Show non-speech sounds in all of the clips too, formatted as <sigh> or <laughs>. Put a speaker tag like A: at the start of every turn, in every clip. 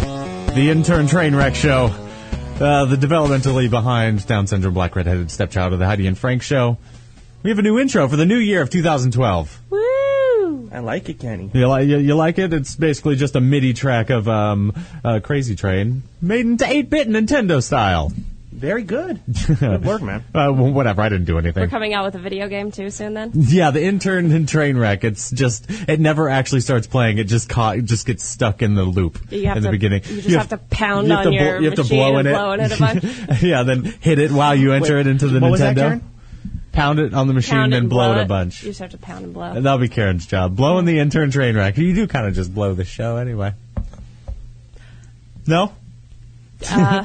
A: The intern train wreck show. Uh, the developmentally behind Down syndrome black redheaded stepchild of the Heidi and Frank show. We have a new intro for the new year of 2012.
B: Woo!
C: I like it, Kenny.
A: You, li- you, you like it? It's basically just a MIDI track of um, uh, Crazy Train made into 8 bit Nintendo style. <laughs>
C: Very good. Good work, man.
A: Uh, w- whatever, I didn't do
B: We're
A: anything.
B: coming out with a video game too soon then?
A: Yeah, the intern and train wreck. It's just it never actually starts playing. It just caught, it just gets stuck in the loop
B: You have
A: in the
B: to-
A: beginning.
B: you just have to pound on
A: bl-
B: your machine and blow in it a
A: <laughs>
B: bunch.
A: yeah, then hit it while you enter
C: Wait,
A: it into the
C: what
A: Nintendo.
C: was that, Karen?
A: Pound it on the machine
B: Pound
A: and,
B: it and
A: blow it a
B: it.
A: bunch.
B: You just have to pound and blow.
A: That'll be Karen's job. Blowing the intern train wreck. You do kind of just blow the show anyway. No?
B: Uh,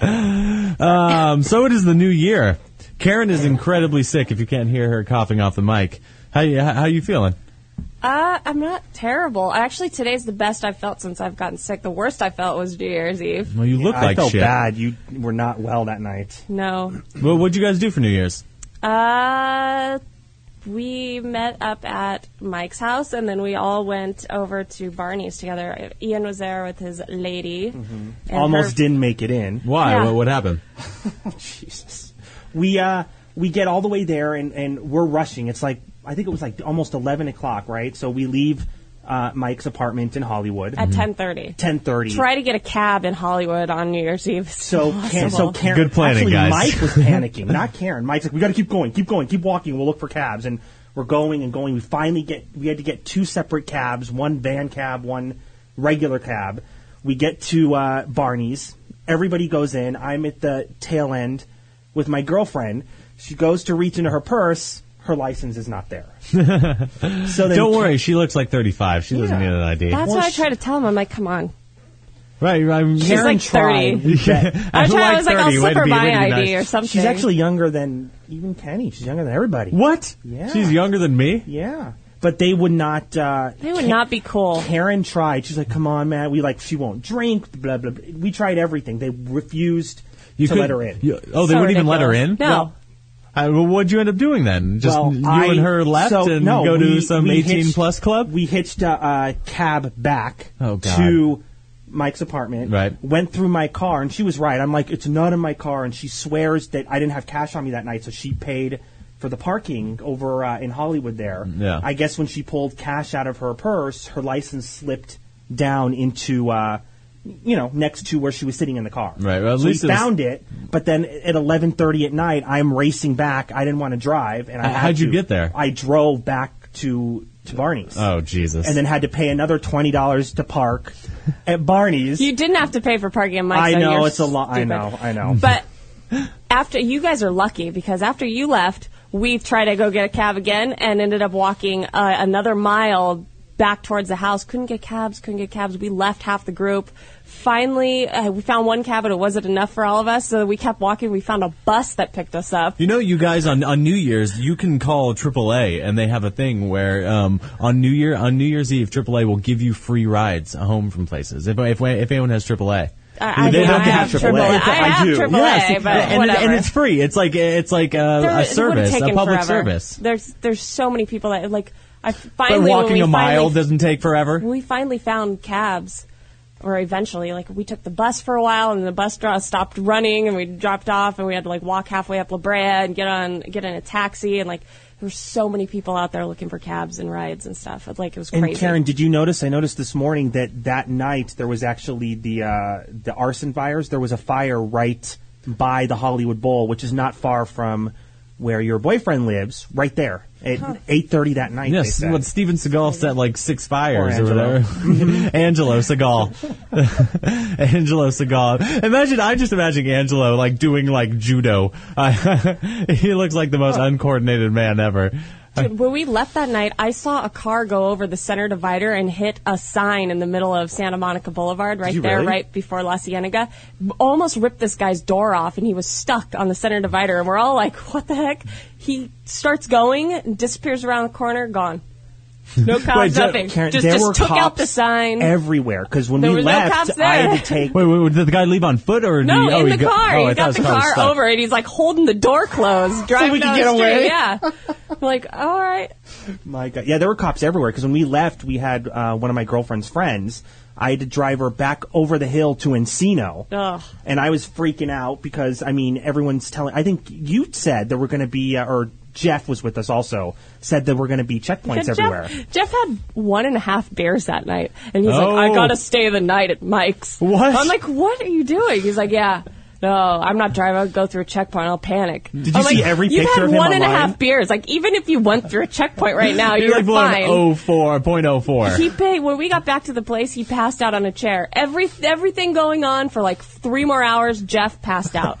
A: um, so it is the new year. Karen is incredibly sick if you can't hear her coughing off the mic. How you, how you feeling?
B: Uh, I'm not terrible. Actually, today's the best I've felt since I've gotten sick. The worst I felt was New Year's Eve.
A: Well, you look
C: I
A: like
C: felt
A: shit.
C: bad. You were not well that night.
B: No.
A: Well, what'd you guys do for New Year's?
B: Uh, we met up at Mike's house and then we all went over to Barney's together. Ian was there with his lady. and
C: Almost
B: her-
C: didn't make it in.
A: Why?
B: Yeah.
A: What, what happened?
C: Jesus. We uh we get all the way there and and we're rushing. It's like I think it was like almost eleven o'clock, right? So we leave uh, Mike's apartment in Hollywood
B: At 10.30.
C: ten thirty.
B: Try to get a cab in Hollywood on New Year's Eve. It's
C: So, Karen, so
B: impossible.
C: Karen,
A: Good planning,
C: actually,
A: guys. <laughs>
C: Mike was panicking, not Karen. Mike's like, we got to keep going, keep going, keep walking. We'll look for cabs, and we're going and going. We finally get, we had to get two separate cabs, one van cab, one regular cab. We get to uh, Barney's. Everybody goes in. I'm at the tail end with my girlfriend. She goes to reach into her purse. Her license is
A: <laughs>
C: not there. so then
A: Don't worry, she looks like 35. She doesn't
C: Yeah.
A: need an ID.
B: That's
C: Well,
B: what I
C: sh-
B: try to tell him. I'm like, come on.
A: right, I'm
B: She's
C: Karen
B: like 30.
C: tried.
A: <laughs>
B: I, tried,
A: like
B: I was like, I'll
A: 30, way
B: slip
A: to
B: her
A: be- way
B: my
A: to be
B: ID
A: nice.
B: or something.
C: She's actually younger than even Kenny. She's younger than everybody.
A: What?
C: Yeah.
A: She's younger than me?
C: Yeah. But they would not. Uh,
B: They would not be cool.
C: Karen tried. She's like, "Come on, man. We like she won't drink." Blah blah. blah. We tried everything. They refused
A: You
C: to
A: could-
C: let her in.
A: you- oh, they
B: So
A: wouldn't even let her in?
B: ridiculous. No.
C: Well,
A: Uh, well, what'd you end up doing then? Just
C: well,
A: you
C: I-
A: and her left
C: so,
A: and
C: no,
A: go to
C: we-
A: some
C: we
A: 18
C: hitched-
A: plus club?
C: We hitched a uh, cab back
A: Oh, God.
C: to Mike's apartment.
A: Right.
C: Went through my car, and she was right. I'm like, "It's not in my car," and she swears that I didn't have cash on me that night, so she paid. For the parking over uh, in Hollywood, there.
A: Mm, Yeah.
C: I guess when she pulled cash out of her purse, her license slipped down into, uh, you know, next to where she was sitting in the car.
A: Right, well, at
C: So
A: least it
C: we
A: was-
C: found it, but then at 11:30 at night, I'm racing back. I didn't want to drive, and I
A: Uh,
C: had
A: how'd you
C: to.
A: get there?
C: I drove back to to Barney's,
A: oh, Jesus.
C: and then had to pay another twenty dollars to park at Barney's.
B: You didn't have to pay for parking at
C: I
B: Mike's. so
C: know
B: you're
C: it's a lot. I
B: stupid.
C: know. I know.
B: But after you guys are lucky because after you left, we tried to go get a cab again and ended up walking uh, another mile back towards the house. Couldn't get cabs. Couldn't get cabs. We left half the group. Finally, uh, we found one cab, but it wasn't enough for all of us, so we kept walking. We found a bus that picked us up.
A: you know, you guys on, on New Year's, you can call AAA, and they have a thing where um, on New Year on New Year's Eve, AAA will give you free rides uh, home from places if if, if anyone has AAA.
B: I- I
A: they
B: mean,
A: don't
B: I
A: have
B: have
A: AAA.
B: AAA. I have
C: do.
B: AAA, but
A: and, and,
B: whatever.
A: it's free. It's like it's like
B: There-
A: a, a
B: it would've
A: service, a
B: taken
A: public
B: forever.
A: service.
B: There's there's so many people that like I
A: But
B: finally when
A: walking
B: we
A: a mile
B: finally,
A: doesn't take forever.
B: when we finally found cabs, or eventually, like we took the bus for a while, and the bus dra- stopped running, and we dropped off, and we had to like walk halfway up La Brea and get on get in a taxi, and like there were so many people out there looking for cabs and rides and stuff. It, like it was
C: and
B: crazy.
C: Karen, did you notice? I noticed this morning that that night there was actually the uh, the arson fires. There was a fire right by the Hollywood Bowl, which is not far from where your boyfriend lives. Right there at 8:30 that night. they
A: Yes,
C: said.
A: what Steven Seagal set like six fires or,
C: Angelo.
A: whatever. <laughs> Angelo Seagal, <laughs> Angelo Seagal. Imagine I just imagine Angelo like doing like judo. <laughs> Uh, he looks like the most uncoordinated man ever.
B: Dude, when we left that night, I saw a car go over the center divider and hit a sign in the middle of Santa Monica Boulevard, right
C: you
B: there,
C: really?
B: right before La Cienega. Almost ripped this guy's door off, and he was stuck on the center divider.
C: <laughs>
B: And we're all like, "What the heck?" He starts going, disappears around the corner, gone. No cops,
A: Wait, there-
B: nothing.
C: Karen,
B: just
C: there
B: just
C: were
B: took out
C: cops
B: the sign.
C: everywhere because when
B: There
C: we
B: were no
C: left,
B: cops
C: I had
B: there.
C: to
B: <laughs>
C: take
A: Wait, wait, did the guy leave on foot or?
B: no,
A: did he, oh,
B: in
A: he
B: the car.
A: Oh, I
B: he
A: thought
B: got
A: his
B: the
A: car was
B: car
A: stuck.
B: over it. He's like holding the
C: <laughs>
B: door closed, driving
C: we could
B: down
C: get
B: the street.
C: away.
B: Yeah. I'm like, all right.
C: My God, yeah, there were cops everywhere. Because when we left, we had uh, one of my girlfriend's friends. I had to drive her back over the hill to Encino,
B: Ugh.
C: and I was freaking out because I mean everyone's telling. I think you said there were going to be, uh, or Jeff was with us also said there were going to be checkpoints
B: Jeff,
C: everywhere.
B: Jeff had one and a half beers that night, and he's
A: Oh.
B: like, "I gotta stay the night at Mike's."
A: What?
B: I'm like, "What are you doing?" He's like, "Yeah, no, I'm not driving. I'll go through a checkpoint. I'll panic." Did
C: you see every
B: You've
C: picture
B: had
C: of him
B: one and a
C: online?"
B: half beers. Like, even if you went through a checkpoint right
C: <laughs>
B: now,
A: He
B: you're
A: like
B: fine.
A: oh four point oh four.
B: He paid when we got back to the place. He passed out on a chair. Every everything going on for like three more hours. Jeff passed out.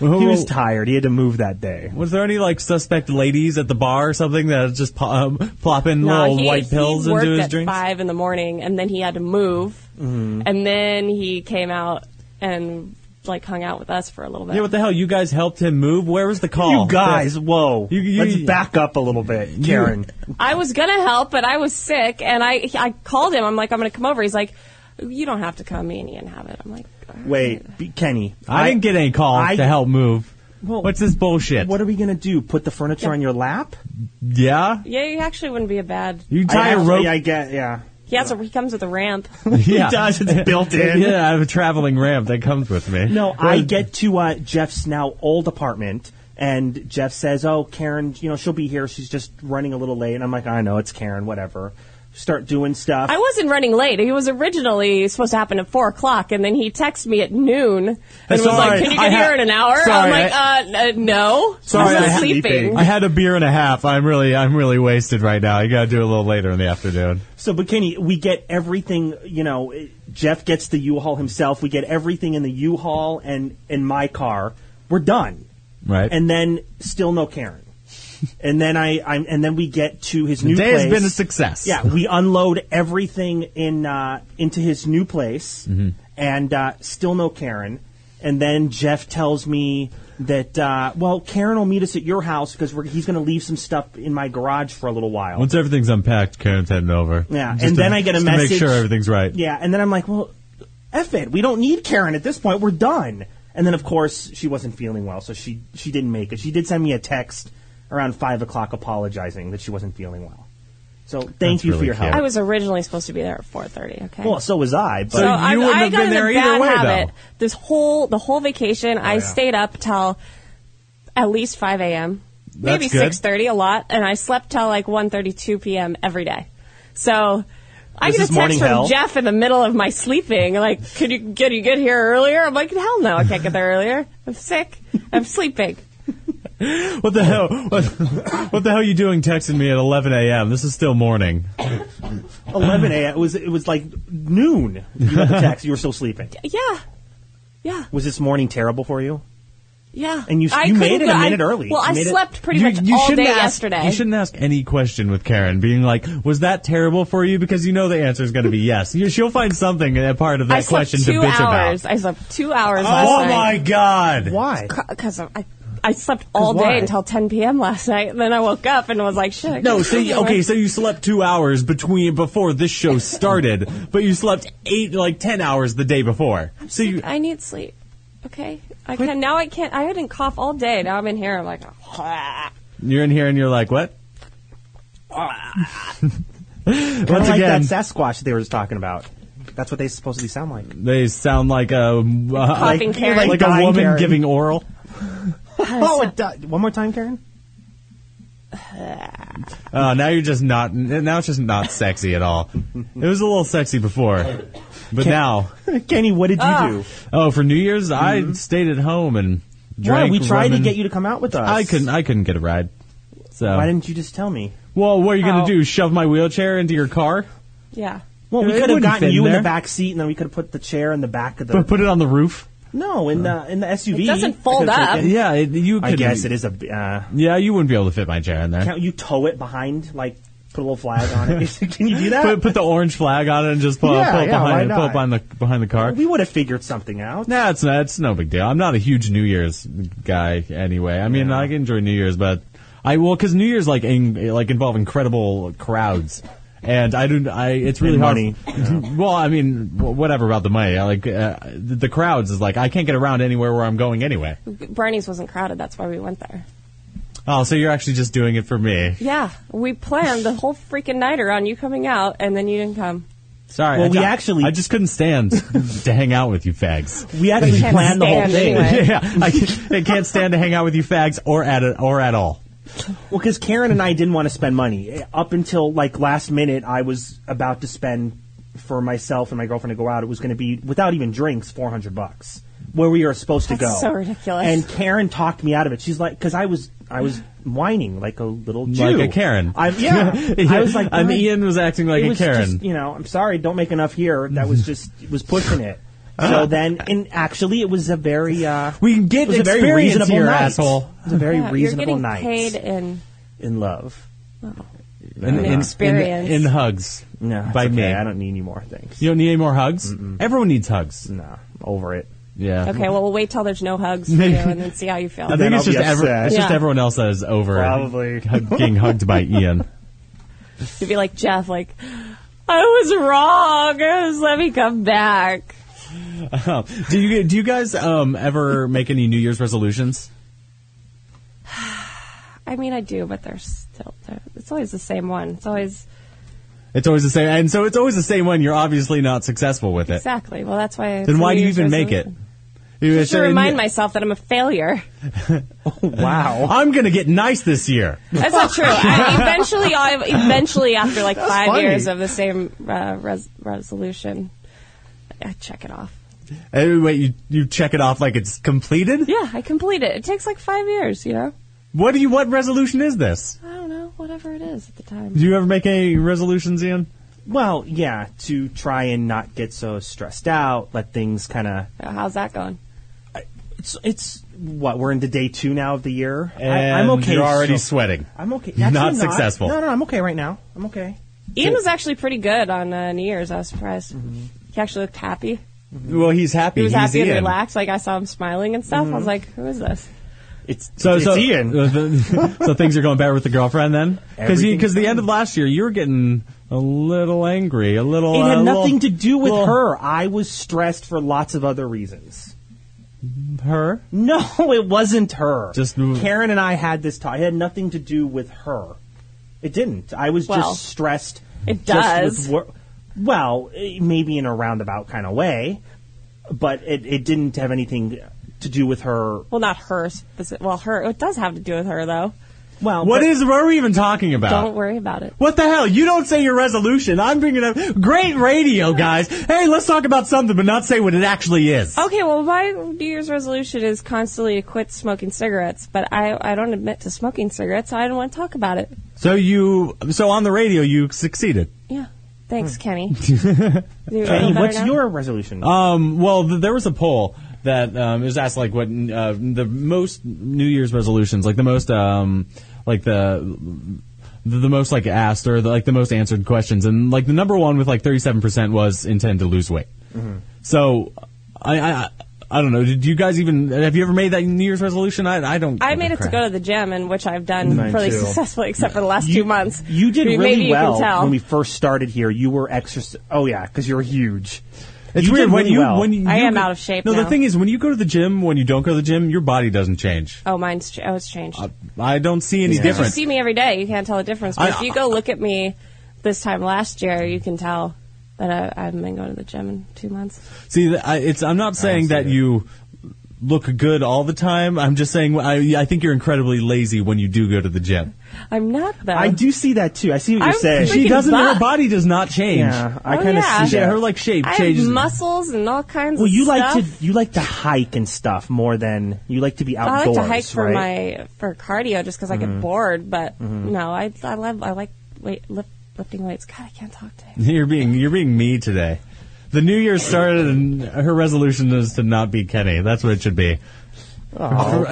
C: He was tired. He had to move that day.
A: Was there any like suspect ladies at the bar or something that was just po- um, plopping
B: No,
A: little
B: he-
A: white pills
B: he worked
A: into his
B: at
A: drinks? Mm-hmm.
B: Five in the morning, and then he had to move, and then he came out and like hung out with us for a little bit.
A: Yeah, what the hell? You guys helped him move. Where was the
B: Oh,
A: call?
C: you guys, whoa!
A: You- you-
C: Let's back up a little bit, Karen.
B: I was gonna help, but I was sick, and I he- I called him. I'm like, I'm gonna come over. He's like, you don't have to come. Ian and have it. I'm like, all right.
C: Wait, be- Kenny.
A: I, didn't get any call
C: I-
A: to help move. What's this bullshit?
C: What are we gonna do? Put the furniture on your lap?
A: yeah,
B: Yeah, you actually wouldn't be a bad.
A: you
C: I
A: tie a
C: actually-
A: rope.
C: I get. Yeah.
B: He has a, he comes with
A: <laughs>
B: a ramp.
A: yeah.
C: It does. It's
A: <laughs>
C: built in.
A: Yeah, I have a traveling ramp that comes with me.
C: No,
A: Where-
C: I get to uh, Jeff's now old apartment, and Jeff says, "Oh, Karen, you know she'll be here. She's just running a little late." And I'm like, "I know it's Karen. Whatever." Start doing stuff.
B: I wasn't running late. He was originally supposed to happen at four o'clock, and then he texted me at noon and was
A: sorry,
B: like, "Can you
A: I
B: get
A: ha-
B: here in an hour?"
A: sorry,
B: I'm like, uh, n- "No,
A: Sorry,
B: I'm
A: I ha-
B: still sleeping."
A: I had a beer and a half. I'm really, I'm really wasted right now. I gotta do it a little later in the afternoon.
C: so, but Kenny, we get everything. You know, Jeff gets the U-Haul himself. We get everything in the U-Haul and in my car. We're done.
A: Right.
C: And then still
A: <laughs>
C: no Karen. and then I, I'm, and then we get to his new
A: Today
C: place.
A: has been a success.
C: Yeah, we unload everything in uh, into his new place,
A: Mm-hmm.
C: and uh, still no Karen. And then Jeff tells me that uh, well, Karen will meet us at your house because we're, he's going to leave some stuff in my garage for a little while.
A: Once everything's unpacked, Karen's heading over.
C: Yeah,
A: Just
C: and
A: to-
C: then I get a
A: just To
C: message-
A: make sure everything's right.
C: Yeah, and then I'm like, well, F it. We don't need Karen at this point. We're done. And then, of course, she wasn't feeling well, so she, she didn't make it. She did send me a text around 5 o'clock apologizing that she wasn't feeling well. So thank
A: That's
C: you for
A: really
C: your
A: cute.
C: help.
B: I was originally supposed to be there at 4:30. Okay.
C: well, so was I, but
B: so
C: <laughs>
A: you
B: I,
A: wouldn't
B: I
A: have
B: got
A: been
B: in
A: there
B: a
A: either
B: bad
A: way,
B: habit.
A: though.
B: This whole the whole vacation,
C: Oh,
B: I stayed up till at least 5 a.m. Maybe
A: That's good.
B: 6:30 a lot, and I slept till like 1:30, 2 p.m. every day. So. I
C: This
B: get a
C: is
B: text
C: morning
B: from
C: hell.
B: Jeff in the middle of my sleeping. Like, could you get you get here earlier? I'm like, hell no, I can't get there earlier. I'm sick.
C: <laughs>
B: I'm sleeping.
A: What the hell? What, <laughs> what the hell are you doing texting me at 11 a.m.? This is still morning.
C: 11 a.m. It was it was like noon. You got the text. You were still sleeping.
B: <laughs> Yeah, yeah.
C: Was this morning terrible for you?
B: Yeah,
C: And you-
B: I
C: you made
B: couldn't
C: it a
B: go- I-
C: minute early.
B: Well,
C: You
B: I
C: made it-
B: slept pretty
A: you,
B: much
A: you
B: all
A: shouldn't
B: day
A: ask,
B: yesterday.
A: You shouldn't ask any question with Karen, being like, "Was that terrible for you?" Because you know the answer is going to be yes. You, she'll find something in that part of that
B: I slept
A: question
B: two
A: to bitch
B: hours.
A: about.
B: I slept two hours
A: oh
B: last
A: my
B: night.
A: god!
C: Why?
B: Because I, I slept all
C: why?
B: day until 10 p.m. last night. And then I woke up and was like, shit. I
A: No,
B: can't
A: so
B: sleep <laughs>
A: you,
B: anymore.
A: okay, so you slept two hours between before this show started, but you slept eight, like ten hours the day before. So you,
B: I need sleep. Okay, I can now. I can't. I didn't cough all day. Now I'm in here. I'm like, "Ah."
A: you're in here and you're like, what? Once
C: like
A: again,
C: that Sasquatch they were just talking about. That's what they supposedly sound like.
A: they sound like a uh,
B: coughing
A: like,
B: Karen.
A: like a
C: Dying
A: woman
C: Karen.
A: giving oral.
C: Oh, it does. One more time, Karen. <laughs>
A: Uh, now you're just not. Now it's just not sexy at all. It was a little sexy before, but now,
C: Kenny, what did you
B: Ah.
C: do?
A: oh, for New Year's, I stayed at home and
C: Why?
A: drank.
C: Mm-hmm. We tried
A: rum
C: to
A: and-
C: get you to come out with us.
A: I couldn't. I couldn't get a ride. So
C: Why didn't Oh. you just tell me?
A: Well, what are you going
B: How?
A: to do? Shove my wheelchair into your car?
B: yeah.
C: Well, we
A: It
C: could have
A: wouldn't
C: gotten
A: fit
C: you in the
A: there.
C: back seat, and then we could have put the chair in the back of the.
A: But put it on the roof?
C: no, in the in the SUV.
B: It doesn't
C: I could've
B: fold up.
C: taken-
A: Yeah, it, you could.
C: I guess it is a. Uh,
A: Yeah, you wouldn't be able to fit my chair in there.
C: can't you tow it behind? Like put a little flag
A: <laughs>
C: on it. Can you do that?
A: Put, put the orange flag on it and just pull,
C: Yeah,
A: pull, it
C: yeah, why
A: behind, pull it
C: not?
A: behind the behind the car.
C: we would have figured something out.
A: Nah, it's not, it's no big deal. I'm not a huge New Year's guy anyway. I mean, I can enjoy New Year's, but I well, because New Year's like in, like involve incredible crowds. And I don't. I. It's really
C: And
A: hard.
C: money.
A: <laughs> well, I mean, wh- whatever about the money. I Like uh, the the crowds is like I can't get around anywhere where I'm going anyway.
B: Barney's wasn't crowded. That's why we went there.
A: Oh, so you're actually just doing it for me?
B: Yeah, we planned the whole freaking night around you coming out, and then you didn't come.
A: Sorry.
C: Well,
A: I
C: we
A: ju-
C: actually-
A: I just couldn't
C: <laughs>
A: stand to hang out with you fags.
C: We actually
B: Can't
C: planned the whole
B: stand
C: thing.
B: anyway.
A: <laughs> Yeah, I can't, I can't stand to hang out with you fags or at a, or at all.
C: Well, because Karen and I didn't want to spend money up until like last minute. I was about to spend for myself and my girlfriend to go out. It was going to be without even drinks, four hundred bucks where we were supposed to
B: That's
C: go.
B: so ridiculous.
C: And Karen talked me out of it. She's like, because I was I was whining like a little Jew.
A: Like a Karen. <laughs>
C: I, yeah. I was like,
A: and
C: "God,
A: Ian was acting like
C: it
A: a
C: was
A: Karen.
C: just, you know, I'm sorry, don't make enough here. That was just it was pushing it. So then, and actually, it was a very uh,
A: Ah. We can get
C: it was a very
A: experience
C: reasonable
A: here,
C: night.
A: asshole.
C: It was a very
B: Yeah,
C: reasonable
B: you're getting
C: night
B: paid in.
C: in love.
A: In- in-
B: Experience.
A: in, in hugs.
C: No, it's
A: by
C: okay.
A: me.
C: I don't need any more. Thanks.
A: You don't need any more hugs. Everyone needs hugs.
C: No,
A: <laughs>
C: over it.
A: Yeah.
B: Okay, well, we'll wait till there's no hugs for you, and then see how you feel.
A: I
C: Then
A: think it's
C: I'll be
A: just every,
C: upset.
A: it's just
B: Yeah.
A: everyone else that is over <laughs>
C: Probably.
A: hug- getting hugged by
C: <laughs>
A: Ian.
B: You'd be like Jeff, like, I was wrong. Just let me come back.
A: Oh. Do you do you guys um, ever make any New Year's resolutions?
B: I mean, I do, but they're still. They're, it's always the same one. It's always
A: It's always the same, and so it's always the same one. You're obviously not successful with it.
B: exactly. Well, that's why. it's
A: Then
B: a
A: why
B: New
A: do you
B: Year's
A: even make it?
B: resolution.
A: You-
B: Just to
A: so- e-
B: remind myself that I'm
A: <laughs>
B: a failure.
C: Wow.
A: I'm gonna get nice this
C: <laughs>
A: year.
B: That's not true.
A: <laughs>
B: I, eventually, I eventually after like five
C: funny.
B: years of the same uh, res- resolution, I check it off.
A: And wait, you you check it off like it's completed.
B: Yeah, I complete it. It takes like five years, you know.
A: What do you? What resolution is this?
B: I don't know, whatever it is at the
A: Do
B: time.
A: you ever make any resolutions, Ian?
C: Well, yeah, to try and not get so stressed out, let things kind of.
B: Uh, How's that going?
C: It's it's what we're into day two now of the year. I,
A: And
C: I'm okay.
A: You're already
C: so-
A: sweating.
C: I'm okay.
A: Not
C: Actually, I'm
A: successful.
C: No, no, I'm okay right now. I'm okay.
B: Ian was actually pretty good on uh, New Year's. I was surprised.
C: Mm-hmm.
B: He actually looked happy.
A: Well, he's happy.
B: He was
A: He's
B: happy
A: Ian.
B: and relaxed. Like I saw him smiling and stuff. I
C: Mm-hmm.
B: was like, "Who is this?"
C: It's
A: So,
C: it's
A: so, uh,
C: Ian.
A: <laughs> so things are going better with the girlfriend then, because
C: Everything's
A: because the end of last year you were getting a little angry, a little.
C: It
A: uh,
C: had
A: a little-
C: nothing to do with
A: little-
C: her. I was stressed for lots of other reasons.
A: Her.
C: <laughs> No, it wasn't her.
A: Just-
C: Karen and I had this talk. It had nothing to do with her. It didn't. I was
B: Well,
C: just stressed.
B: it
C: just
B: does.
C: with wor- well, eh, maybe in a roundabout kind of way, but it, it didn't have anything to do with her.
B: Well, not her. Specific- well, her. It does have to do with her, though.
C: Well,
A: What
C: but-
A: is? What are we even talking about?
B: Don't worry about it.
A: What the hell? You don't say your resolution. I'm bringing up great radio, guys. Hey, let's talk about something, but not say what it actually is.
B: Okay, well, my New Year's resolution is constantly to quit smoking cigarettes, but I, I don't admit to smoking cigarettes, so I don't want to talk about it.
A: So you, so on the radio, you succeeded.
B: Yeah. Thanks,
C: <laughs>
B: Kenny.
C: Hey,
B: Kenny,
C: Hmm. what's your resolution?
A: Um, well, th- there was a poll that um, it was asked like what uh, the most New Year's resolutions, like the most, um, like the the most like asked or the, like the most answered questions, and like the number one with like thirty seven percent was intend to lose weight. So, I. I I don't know. Did you guys even have you ever made that New Year's resolution? I, I don't.
B: I made it to
A: crap.
B: go to the gym, and which I've done
C: Mine
B: fairly
C: too.
B: <laughs> successfully, except for the last two months.
C: you did
B: Maybe
C: really
B: you
C: well
B: can tell.
C: when we first started here. You were exercising. Oh yeah, because you're huge.
A: It's
C: You
A: weird
C: did
A: when
C: really
A: you
C: well.
A: when you,
B: I
A: you
B: am
A: go-
B: out of shape
A: No, the
B: now.
A: thing is, when you go to the gym, when you don't go to the gym, your body doesn't change.
B: oh, mine's ch- oh, it's changed.
C: Uh,
A: I don't see any
C: Yeah.
B: you
A: difference.
B: see me every day. You can't tell the difference. But
A: I-
B: if you go look at me this time last year, you can tell that I, I haven't been going to the gym in two months.
A: See, th- I, it's I'm not saying
C: see
A: that
C: it.
A: you look good all the time. I'm just saying I I think you're incredibly lazy when you do go to the gym.
B: I'm not though.
C: I do see that too. I see what
B: I'm
C: you're saying.
B: freaking
A: She doesn't. Her
B: buff.
A: body does not change.
C: yeah, I
B: Oh,
C: kind of
B: yeah.
C: see
A: Yeah,
C: that.
A: her like shape
B: I have
A: changes.
B: muscles and all kinds.
C: Well,
B: of
C: you
B: stuff.
C: like to you like to hike and stuff more than you like to be
B: I
C: outdoors,
B: like to hike for
C: right? Mm-hmm.
B: my for cardio just because I get bored. But no, I I love I like weight lift, lifting weights. God, I can't talk to him.
A: <laughs> You're being you're being me today. The new year started, and her resolution is to not be Kenny. That's what it should be. <laughs> so um,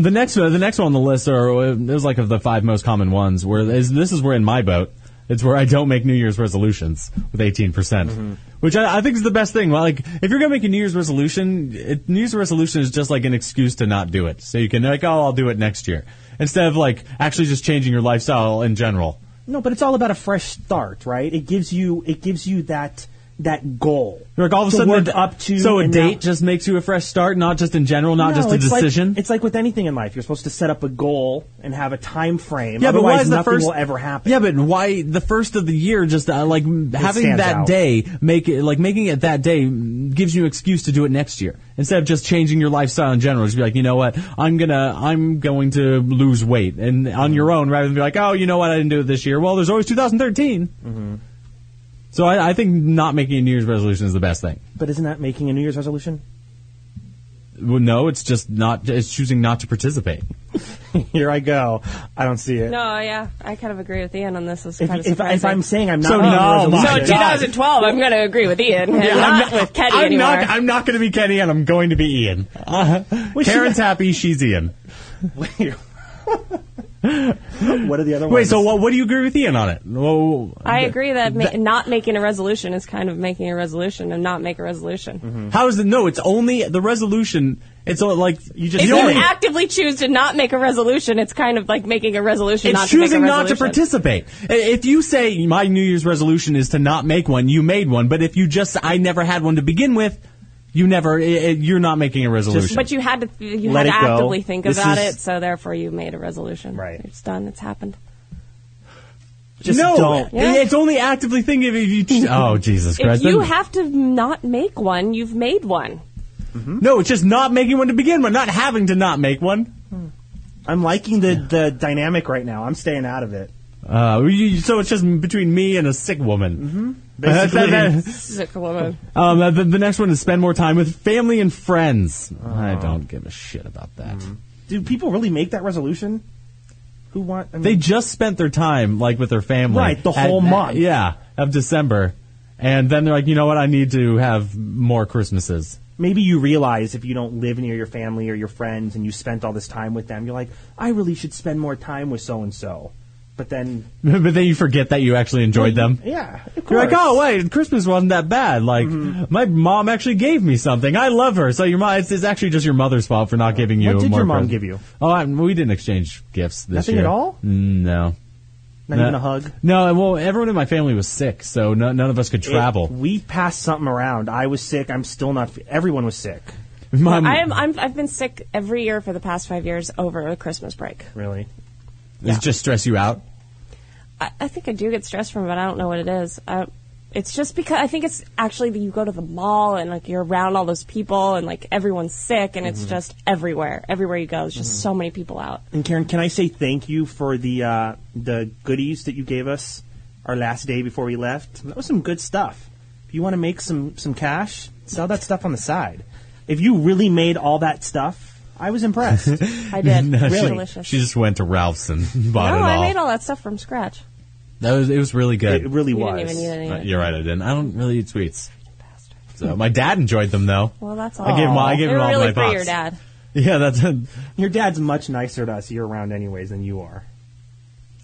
A: the next one, the next one on the list, or it was like of the five most common ones. Where is this is where in my boat, it's where I don't make New Year's resolutions with eighteen percent, which I, I think is the best thing. Like if you're gonna make a New Year's resolution, it, New Year's resolution is just like an excuse to not do it. So you can like, oh, I'll do it next year, instead of like actually just changing your lifestyle in general.
C: No, but it's all about a fresh start, right? It gives you it gives you that that goal.
A: Like all of a
C: to
A: sudden,
C: work
A: a d-
C: up to
A: so a
C: and
A: date
C: now-
A: just makes you a fresh start, not just in general, not
C: No,
A: just a
C: it's like-
A: decision.
C: it's like with anything in life, you're supposed to set up a goal and have a time frame.
A: yeah, but
C: Otherwise,
A: why is the
C: nothing
A: first
C: will ever happen?
A: Yeah, but why the first of the year? Just uh, like m- having
C: stands
A: that
C: out.
A: day make it like making it that day mm, gives you an excuse to do it next year instead of just changing your lifestyle in general. Just be like, you know what, I'm gonna I'm going to lose weight and on your own rather than be like, oh, you know what, I didn't do it this year. Well, there's always 2013.
C: Mm-hmm.
A: So I, I think not making a New Year's resolution is the best thing.
C: But isn't that making a New Year's resolution? <laughs>
A: Well, no, it's just not. It's choosing not to participate.
C: Here I go. I don't see it.
B: No, yeah, I kind of agree with Ian on this. It's
C: If,
B: kind of
C: if- if
B: surprising.
C: I'm saying I'm not
A: So
C: making a
A: no, my
B: so
A: God.
C: <laughs> resolution,
B: 2012, I'm going to agree with Ian. and not, with Kenny
A: I'm
B: anymore.
A: not. I'm not going to be Kenny, and I'm going to be Ian. Uh,
C: she-
A: Karen's happy. She's Ian.
B: <laughs>
C: what are the other
A: Wait.
C: ones?
A: So what? What do you agree with Ian on it? Well,
B: I agree that, ma- not making a resolution is kind of making a resolution and not make a resolution.
A: how is it? No, it's only the resolution. It's all, like you just
B: If
A: the
B: you
A: only,
B: actively choose to not make a resolution, it's kind of like making a resolution.
A: It's
B: not
A: choosing
B: to make a
A: not to
B: resolution.
A: participate. I- If you say my New Year's resolution is to not make one, you made one. But if you just I never had one to begin with, you never i- i- you're not making a resolution.
B: But you had to th- you
C: Let
B: had to
C: it go.
B: actively think
C: This
B: about
C: is-
B: it, so therefore you made a resolution.
C: Right.
B: It's done. It's happened.
C: just
A: no,
C: don't.
B: Yeah.
A: it's only actively thinking if you. Oh Jesus Christ!
B: If you
A: Then-
B: have to not make one, you've made one.
A: No, it's just not making one to begin with, not having to not make one.
C: I'm liking the, the dynamic right now. I'm staying out
A: <laughs>
C: of it.
A: Uh, you- so it's just between me and a sick woman.
C: Mm-hmm. Basically.
B: Sick woman.
A: um, uh, the, the next one is spend more time with family and friends.
C: Uh-huh.
A: I don't give a shit about that.
C: Mm-hmm. Do people really make that resolution? Who want? I mean,
A: They just spent their time like with their family,
C: Right, the whole month.
A: yeah, of December, and then they're like, you know what? I need to have more Christmases. <laughs>
C: maybe you realize if you don't live near your family or your friends and you spent all this time with them, you're like, I really should spend more time with so and so. But then,
A: but then you forget that you actually enjoyed them.
C: yeah, of course. Mm-hmm.
A: You're like, oh wait, Christmas wasn't that bad. Like, my mom actually gave me something. I love her. So your mom, it's, it's actually just your mother's fault for not giving you.
C: What did
A: more
C: your mom
A: presents.
C: give you?
A: Oh, I, we didn't exchange gifts this
C: Nothing
A: year.
C: at all?
A: Mm, No.
C: not
A: No.
C: even a hug.
A: No. Well, everyone in my family was sick, so no, none of us could
C: It-
A: travel.
C: we passed something around. I was sick. I'm still not. f- Everyone was sick.
A: Mom-
B: I am, I'm, I've been sick every year for the past five years over Christmas break.
C: Really.
A: does it just stress you out.
B: I, I think I do get stressed from it. I don't know what it is. I, it's just because I think it's actually that you go to the mall and like you're around all those people and like everyone's sick and
A: Mm-hmm.
B: it's just everywhere. Everywhere you go, there's just so many people out.
C: And Karen, can I say thank you for the uh, the goodies that you gave us our last day before we left? That was some good stuff. If you want to make some some cash, sell that stuff on the side. If you really made all that stuff, I was impressed.
B: I
A: <laughs>
B: did.
A: No,
B: really
A: she,
B: delicious.
A: She just went to Ralph's and <laughs> bought
B: no,
A: it all.
B: I made all that stuff from scratch.
A: that was it. Was really good.
C: it really
B: You
C: was.
B: didn't even need any.
A: Uh, You're right. I didn't. I don't really eat sweets. So my dad enjoyed them though. <laughs>
B: Well, that's all.
A: I gave him. all- I
B: They
A: gave him
B: were
A: all
B: really
A: my
B: for
A: thoughts.
B: your dad.
A: Yeah, that's
C: Your dad's much nicer to us year round, anyways, than you are.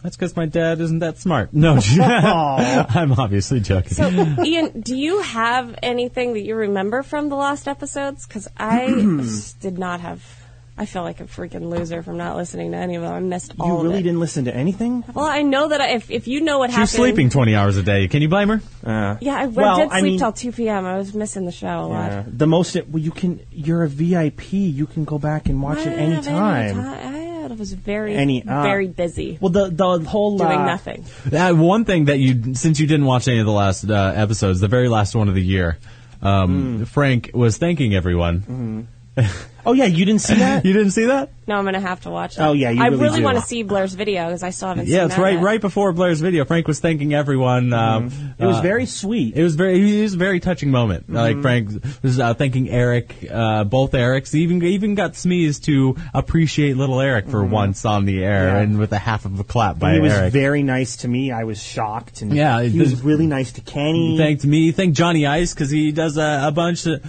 A: That's because my dad isn't that smart.
C: <laughs>
A: No, <laughs> I'm obviously joking. <laughs>
B: So, Ian, do you have anything that you remember from the last episodes? Because
A: <clears throat>
B: I just did not have. I feel like a freaking loser from not listening to any of them. I missed all
C: you
B: of
C: really
B: it.
C: didn't listen to anything.
B: Well, I know that I, if if you know what
A: She's
B: happened,
A: sleeping 20 hours a day. Can you blame her?
B: Yeah, I, I
C: Well,
B: did
C: I
B: sleep
C: mean-
B: till two p.m. I was missing the show a lot.
C: Yeah. The most well, you can. You're a VIP. You can go back and watch
B: I
C: it
B: didn't
C: any
B: have
C: time.
B: time. I was very
C: Any, uh,
B: very busy
C: Well, the the whole
B: doing
C: uh,
B: nothing.
A: Uh, one thing that you, since you didn't watch any of the last uh, episodes, the very last one of the year, um, Frank was thanking everyone.
C: Oh yeah, you didn't see that.
A: Mm-hmm. You didn't see that?
B: No, I'm gonna have to watch it.
C: Oh, yeah, you
B: I
C: really
B: really
C: do.
B: want to see Blair's video because I still haven't seen
A: Yeah, it's
B: that
A: right.
B: yet.
A: Right before Blair's video, Frank was thanking everyone. Um,
C: It was
A: uh,
C: very sweet.
A: It Mm-hmm. was very. It was a very touching moment. Like Frank was uh, thanking Eric, uh, both Erics. He Even even got Smeeze to appreciate little Eric for once on the air,
C: Yeah.
A: Mm-hmm. and with a half of a clap by
C: he was
A: Eric.
C: very nice to me. I was shocked, and
A: Yeah,
C: he
A: it
C: was
A: does-
C: really nice to Kenny.
A: He thanked me. He thanked Johnny Ice because he does a, a bunch. Of,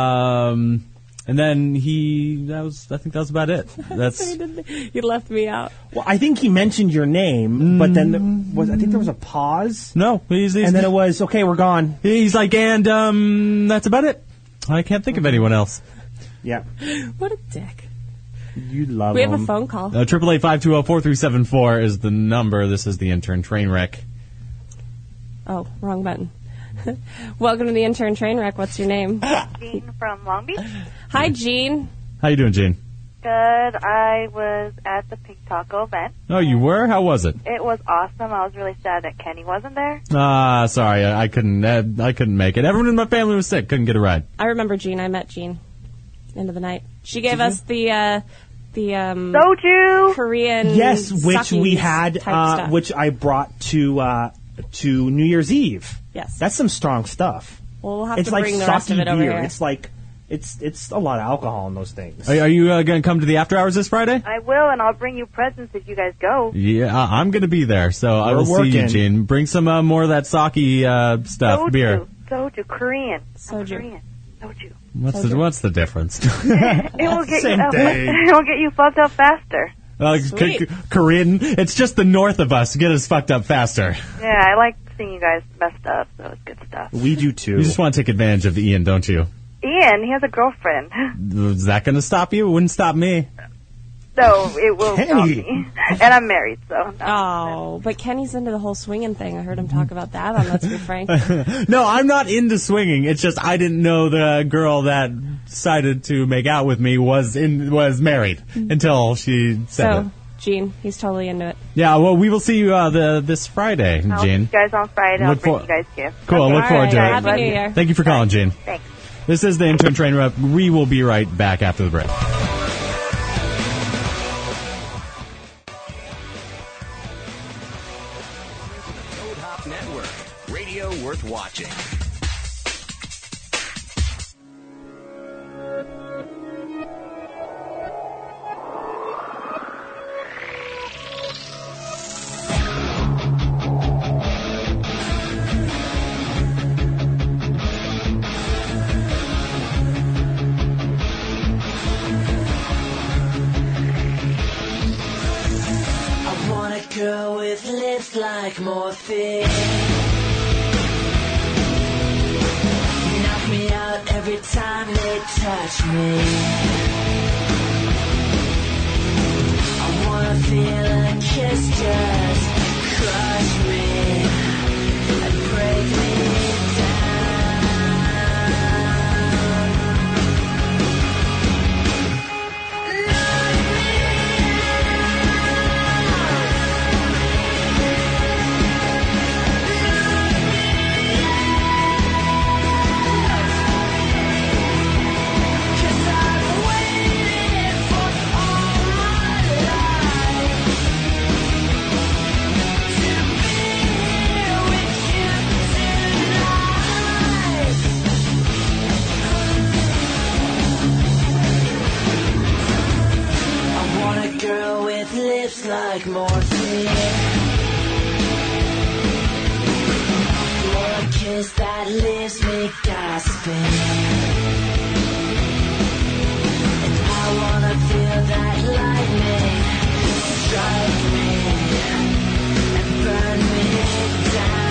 A: um, and then he that was I think that was about
C: <laughs>
A: it. That's
B: He didn't- <laughs> He left me out.
C: well, I think he mentioned your name, but then there was I think there was a pause,
A: no. He's he's,
C: and then it was okay. We're gone.
A: he's like and um that's about it. I can't think of anyone else.
C: Yeah,
B: What a dick.
C: You love
B: We have a
C: them.
B: phone call.
A: Uh, Triple eight five two zero four three seven four is the number. This is the intern train wreck.
B: Oh, wrong button. <laughs> Welcome to the intern train wreck. What's your
C: <laughs>
B: name?
D: Jean from Long Beach.
B: Hi, Jean.
A: How you doing, Gene?
D: Good. I was at the Pink Taco event.
A: Oh, you were. How was it?
D: It was awesome. I was really sad that Kenny wasn't there.
A: Ah, sorry, I, I couldn't. Uh, I couldn't make it. Everyone in my family was sick. Couldn't get a ride.
B: I remember Jean. I met Jean. End of the night. She gave us the uh, the um,
D: Soju.
B: Korean
C: Yes, which we
B: sakis
C: had,
B: type
C: uh,
B: stuff.
C: which I brought to uh, to New Year's Eve.
B: Yes.
C: that's some strong stuff.
B: Well, we'll have
C: it's
B: to
C: like
B: bring the
C: sake
B: rest of it over
C: beer.
B: here.
C: It's like it's it's a lot of alcohol in those things.
A: Are, are you uh, going to come to the after hours this Friday?
D: I will, and I'll bring you presents if you guys go.
A: Yeah, I- I'm going to be there, so I
C: We're
A: will see you,
C: working.
A: Gene. Bring some uh, more of that sake uh, stuff,
D: Soju.
A: beer.
D: Soju. Korean. I'm
B: Soju.
D: Korean. Soju.
A: What's the What's the difference? <laughs>
D: It will get
C: Same
D: you.
C: thing.
D: <laughs> It will get you fucked up faster.
A: Uh,
B: Sweet.
A: K- K- Korean. It's just the north of us. Get us fucked up faster.
D: Yeah, I like seeing you guys messed up. So it's good stuff.
C: We do too.
A: You just want to take advantage of Ian, don't you?
D: Ian, he has a girlfriend. <laughs>
A: Is that going to stop you? It wouldn't stop me. <laughs>
D: So it will
C: Kenny.
D: stop me. <laughs> And I'm married, so.
B: Oh, but Kenny's into the whole swinging thing. I heard him talk about that on Let's
C: <laughs>
B: Be Frank.
A: No, I'm not into swinging. It's just I didn't know the girl that decided to make out with me was in was married until she said it.
B: Mm-hmm. so, Gene, he's totally into it.
A: Yeah, well, we will see you uh, the this Friday,
D: I'll see you
A: Gene.
D: guys on Friday. I'll
A: Look
D: bring
A: for-
D: you guys gifts.
A: Cool. I
B: All
A: look
B: right,
A: forward to it.
B: Happy New Year.
A: Thank you for calling, Gene.
D: Thanks.
A: This is the intern train rep. We will be right back after the break.
E: Toad Hop Network. Radio worth watching.
F: I want a girl with lips like morphine. Knock me out every time they touch me. I wanna feel a kiss just crush me and break me down. I want a girl with lips like morphine. Want a kiss that leaves me gasping. And I wanna feel that lightning strike me and burn me down.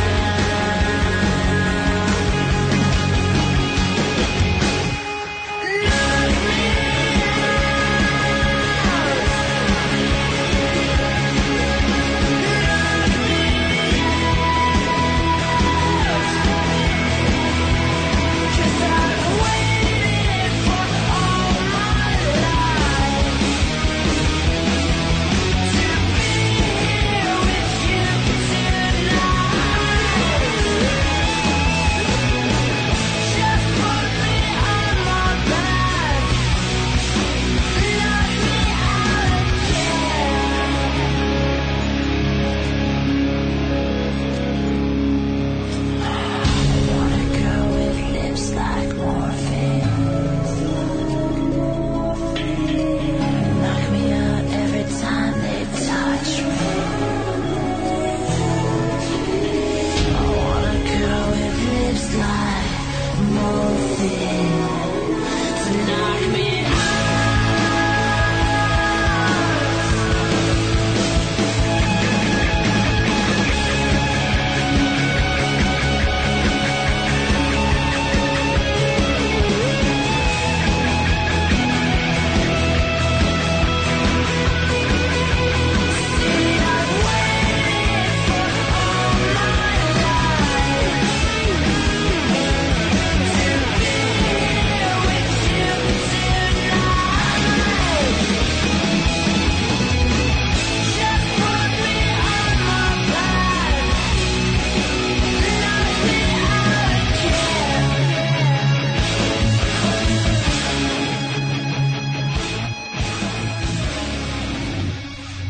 F: Cause I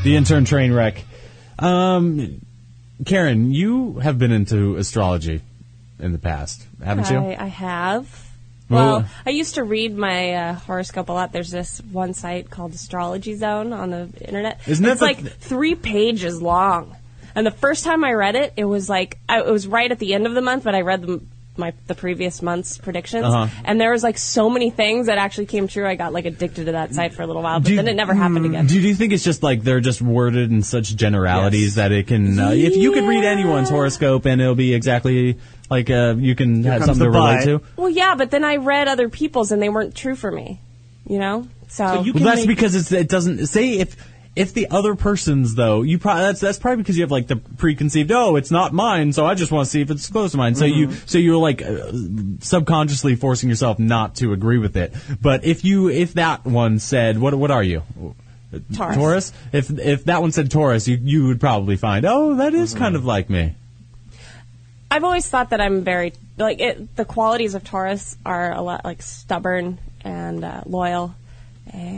A: the intern train wreck. Um, Karen, you have been into astrology in the past, haven't you?
B: I, I have.
A: Well- uh,
B: Well, I used to read my uh, horoscope a lot. There's this one site called Astrology Zone on the internet.
A: Isn't that
B: it's
A: the-
B: like three pages long? And the first time I read it, it was like I, it was right at the end of the month, but I read the, my the previous month's predictions,
A: Uh-huh.
B: and there was like so many things that actually came true. I got like addicted to that site for a little while, but
A: Do- mm,
B: then it never happened again.
A: Do you think it's just like they're just worded in such generalities
C: Yes.
A: that it can? Uh, If you could read
B: Yeah.
A: anyone's horoscope and it'll be exactly like uh, you can have
C: comes
A: something to
C: the
A: relate
C: but.
A: to.
B: well, yeah, but then I read other people's and they weren't true for me, you know. So,
C: So you
A: Well,
C: can
A: that's
C: make-
A: because it's, it doesn't say if if the other person's though you probably that's that's probably because you have like the preconceived oh it's not mine so I just want to see if it's close to mine so you
C: Mm-hmm.
A: so you're like uh, subconsciously forcing yourself not to agree with it but if you if that one said what what are you
B: Taurus.
A: if if that one said Taurus you you would probably find oh that
C: Mm-hmm.
A: is kind of like me
B: I've always thought that I'm very like it, the qualities of Taurus are a lot like stubborn and uh, loyal,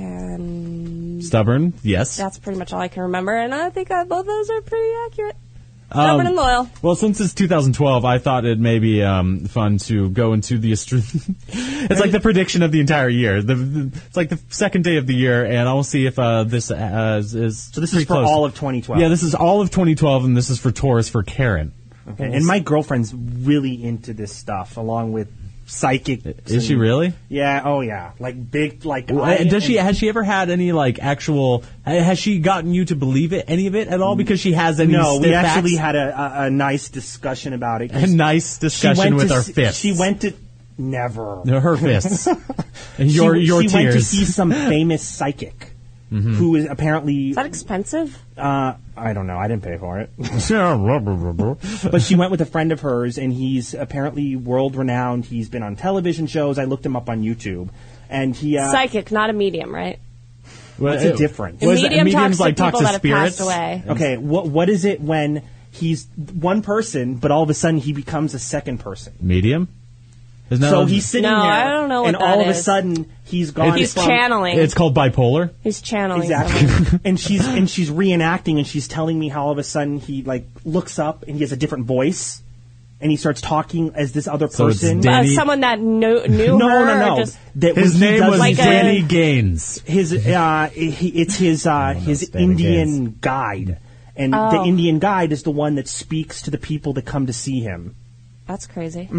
B: and
A: stubborn yes
B: that's pretty much all I can remember. And I think uh, both those are pretty accurate. Stubborn
C: Um,
B: and loyal.
A: Well, since it's 2012, I thought it may be um, fun to go into the. astro- <laughs> it's like the prediction of the entire year. The, the- it's like the second day of the year, and I'll see if uh, this uh, is, is.
C: So this is for all of 2012.
A: Yeah, this is all of 2012, and this is for Taurus for Karen.
C: Okay, and my girlfriend's really into this stuff, along with psychic.
A: Is she really?
C: Yeah. Oh, yeah. Like big. Like.
A: Well,
C: I-
A: and does she
C: and-
A: has she ever had any like actual? Has she gotten you to believe it any of it at all? Because she has any.
C: No, we
A: stiff
C: actually
A: backs?
C: had a, a, a nice discussion about it. 'cause
A: a nice
C: she
A: discussion
C: went
A: with
C: to
A: our
C: s-
A: fists.
C: She went to never.
A: No, her
C: <laughs>
A: fists. your
C: she,
A: your
C: she
A: tears. Mm-hmm.
C: went to see
A: <laughs>
C: some famous psychic who is apparently.
B: Is that expensive?
C: Uh, I don't know. I didn't pay for it. <laughs>
A: but
C: but she went with a friend of hers, and he's apparently world renowned. He's been on television shows. I looked him up on YouTube, and he uh,
B: Psychic, not a medium, right?
A: what's
C: the difference?
B: A
C: What
B: medium talks to people that have passed away.
C: Okay, what what is it when he's one person, but all of a sudden he becomes a second person?
A: Medium. Isn't that
C: so
A: all-
C: he's sitting
B: No,
C: there,
B: I don't know what
C: and
B: that
C: all of a
B: is.
C: sudden he's gone.
B: He's
C: from-
B: channeling.
A: It's called bipolar.
B: He's channeling. someone.
C: Exactly, <laughs> and she's and she's reenacting, and she's telling me how all of a sudden he like looks up and he has a different voice, and he starts talking as this other
A: So it's
C: person.
A: Dan-
B: Uh,
A: Danny-
B: someone that knew, knew
C: no,
B: her.
C: no, no,
B: Or just,
C: That when
A: His
C: he
A: name
C: does
A: was
B: Like a-
A: Danny Gaines.
C: his uh, he, it's his uh, his
A: Stand
C: Indian guide, and the
B: Oh.
C: Indian guide is the one that speaks to the people that come to see him.
B: that's crazy.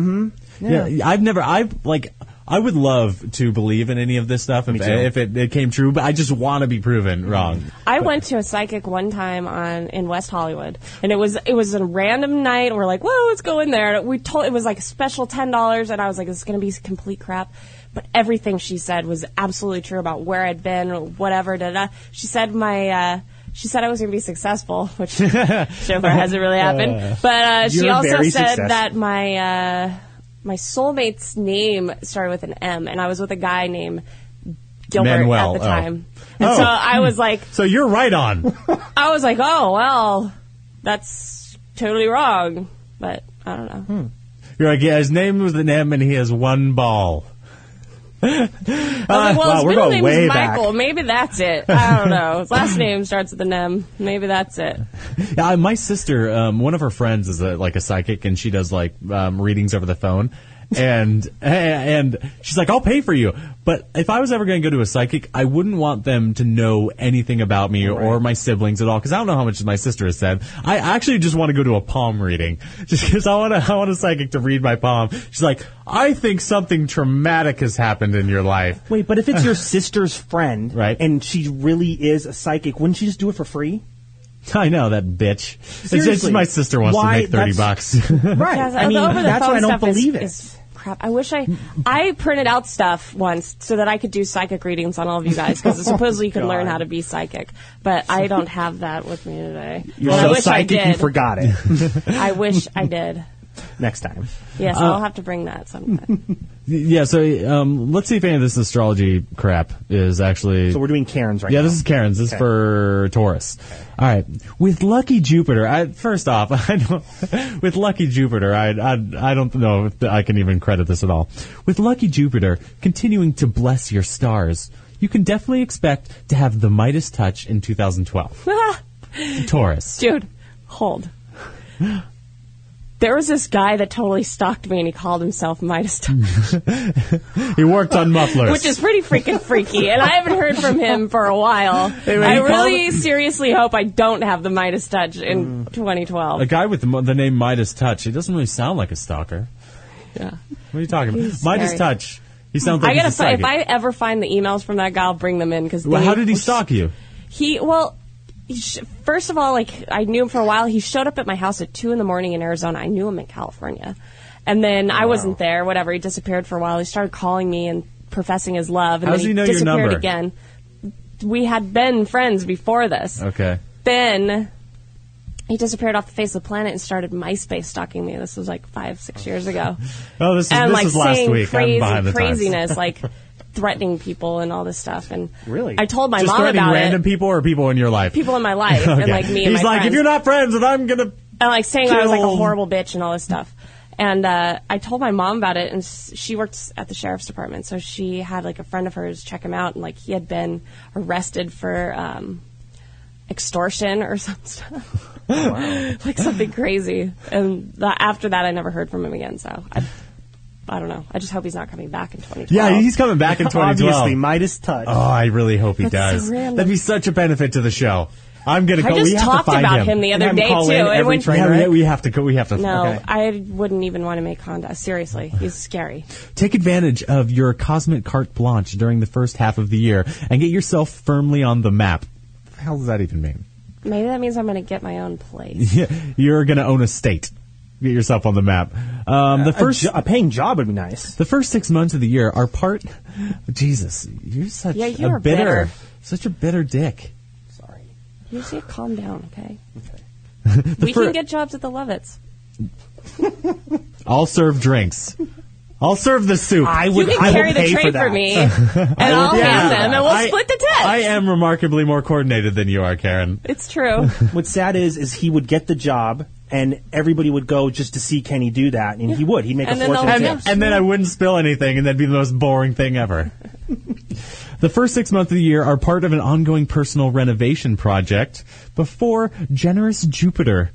A: Yeah. I've never. I've like. I would love to believe in any of this stuff if,
C: too.
A: if it, it came true, but I just want to be proven wrong.
B: I went to a psychic one time on in West Hollywood, and it was it was a random night. We're like, whoa, let's go in there. We told it was like a special ten dollars, and I was like, this is gonna be complete crap. But everything she said was absolutely true about where I'd been, or whatever. Da da. She said my. Uh, she said I was going to be successful, which so far hasn't really happened. But uh, she
C: You're
B: also said
C: very successful.
B: that my uh, my soulmate's name started with an M, and I was with a guy named Gilbert
A: Manuel,
B: at the
A: oh.
B: time. And
A: Oh.
B: so I was like,
A: So you're right <laughs> on.
B: I was like, oh well, that's totally wrong. But I don't know.
C: Hmm.
A: You're like, yeah, his name was an M and he has one ball. <laughs> Uh,
B: I was like, well,
C: Uh, wow,
B: his
C: we're
B: middle
C: going
B: name
C: way
B: is
C: back.
B: Michael. Maybe that's it. I don't know. His
C: <laughs>
B: last name starts with an M. Maybe that's it.
A: Yeah, I- my sister, um, one of her friends is a, like a psychic, and she does like um, readings over the <laughs> phone. And and she's like, I'll pay for you. But if I was ever going to go to a psychic, I wouldn't want them to know anything about me or my siblings at all, because I don't know how much my sister has said. I actually just want to go to a palm reading, <laughs> just because I want to. I want a psychic to read my palm. She's like, I think something traumatic has happened in your life.
C: Wait, but if
A: <laughs>
C: it's your sister's friend,
A: Right.
C: and she really is a psychic, wouldn't she just do it for
A: <laughs>
C: free?
A: I know that bitch. It's just
C: Seriously.
A: my sister wants to
C: Why-
A: make thirty
C: that's-
A: bucks. <laughs>
C: Right.
B: Because
C: I mean,
B: over the
C: that's
B: phone
C: why I don't
B: stuff is-
C: believe it.
B: is crap. I wish I I printed out stuff once so that I could do psychic readings on all of you guys
C: <laughs>
B: because supposedly you can learn
C: Oh, God.
B: how to be psychic, but I don't have that with me today.
C: You're
B: And I
C: so
B: wish I
C: psychic
B: did.
C: you forgot
A: <laughs>
C: it.
B: I wish I did.
C: Next time.
B: Yes,
C: Uh,
B: I'll have to bring that sometime.
A: Yeah, so um, let's see if any of this astrology crap is actually.
C: So we're doing Karen's right
A: yeah,
C: now.
A: this is Karen's. This is for Taurus. All right, with lucky Jupiter. I, first off, <laughs> I don't, with lucky Jupiter, I, I I don't know if I can even credit this at all. With lucky Jupiter continuing to bless your stars, you can definitely expect to have the Midas touch in
B: <laughs>
A: 2012. Taurus.
B: Dude, hold. There was this guy that totally stalked me, and he called himself Midas Touch,
A: He worked on mufflers.
B: which is pretty freaking freaky. And I haven't heard
A: <laughs>
B: from him for a while. I
A: he called
B: really seriously hope I don't have the Midas Touch in
A: Mm.
B: 2012.
A: a guy with the, mu- the name Midas touch. He doesn't really sound like a stalker.
B: Yeah.
A: What are you talking about?
B: He's
A: Midas
B: scary.
A: touch. He sounds like
B: I
A: he's
B: gotta
A: a
B: fi- if
A: psychic.
B: I ever find the emails from that guy, I'll bring them in because
A: Well, how
B: <laughs>
A: did he stalk you?
B: He well, he sh- first of all, like I knew him for a while. He showed up at my house at two in the morning in Arizona. I knew him in California, and then
A: Oh,
B: I wasn't there. Whatever. He disappeared for a while. He started calling me and professing his love, and
A: How
B: then
A: does he know your
B: disappeared
A: number?
B: again. We had been friends before this.
A: Okay.
B: Then he disappeared off the face of the planet and started MySpace stalking me. This was like five, six years ago
A: Oh, <laughs> this is
B: and
A: this
B: like
A: is last
B: saying
A: week.
B: crazy
A: I'm behind the times. <laughs>
B: craziness, like threatening people and all this stuff. And
C: Really?
B: I told my
A: Just
B: mom
A: threatening
B: about
A: random
B: it.
A: people or people in your life. <laughs>
B: People in my life and
A: Okay.
B: like
A: He's
B: me. and my
A: like,
B: friends.
A: if you're not friends, then I'm gonna.
B: and like saying I was like a
A: Kill.
B: horrible bitch and all this stuff. And uh, I told my mom about it, and s- she works at the sheriff's department, so she had like a friend of hers check him out, and like he had been arrested for um, extortion or <laughs> some stuff, <laughs> like something crazy. And the, after that, I never heard from him again. So I, I don't know. I just hope he's not coming back in 2012.
A: Yeah, he's coming back in <laughs>
C: <laughs>
A: 2012.
C: Obviously, Midas touch.
A: Oh, I really hope he
B: That's so
A: does.
B: random.
A: That'd be such a benefit to the show. I'm gonna
B: I
A: go.
B: just
A: we have
B: talked
A: to find
B: about
A: him.
B: him the
C: And
B: other
C: have him
B: day
C: call
B: too,
C: in
B: and
C: every
B: when
C: train
A: yeah,
C: Train
A: we-
C: wreck?
A: we have to go. We have to.
B: no,
A: okay.
B: I wouldn't even want to make contact. Seriously, he's scary.
A: Take advantage of your cosmic carte blanche during the first half of the year and get yourself firmly on the map. What the hell does that even mean?
B: Maybe that means I'm going to get my own place.
A: <laughs> You're gonna own a state. Get yourself on the map. Um, the
C: A
A: first,
C: jo- a paying job would be nice.
A: the first six months of the year are part. <laughs> Jesus, you're such
B: Yeah, you
A: a
B: are bitter.
A: such a bitter dick.
C: Sorry.
B: You just need to calm down, okay?
C: Okay. <laughs>
B: we
A: fir-
B: can get jobs at the Lovitz.
A: I'll serve drinks. I'll serve the soup.
C: I
B: You
C: would.
B: can
C: I
B: carry
C: will
B: the
C: pay
B: tray
C: for,
B: for,
C: that. <laughs>
B: me, and I'll hand them, and we'll
A: I-
B: split the tip.
A: I am remarkably more coordinated than you are, Karen.
B: It's true. <laughs>
C: What's sad is, is he would get the job, and everybody would go just to see Kenny do that, and he would. He'd make
B: And
C: a
B: then
C: fortune.
B: they'll-
C: in
A: and,
B: Yeah.
C: tips.
A: and then I wouldn't spill anything, and that'd be the most boring thing
C: <laughs>
A: ever. the first six months of the year are part of an ongoing personal renovation project before generous Jupiter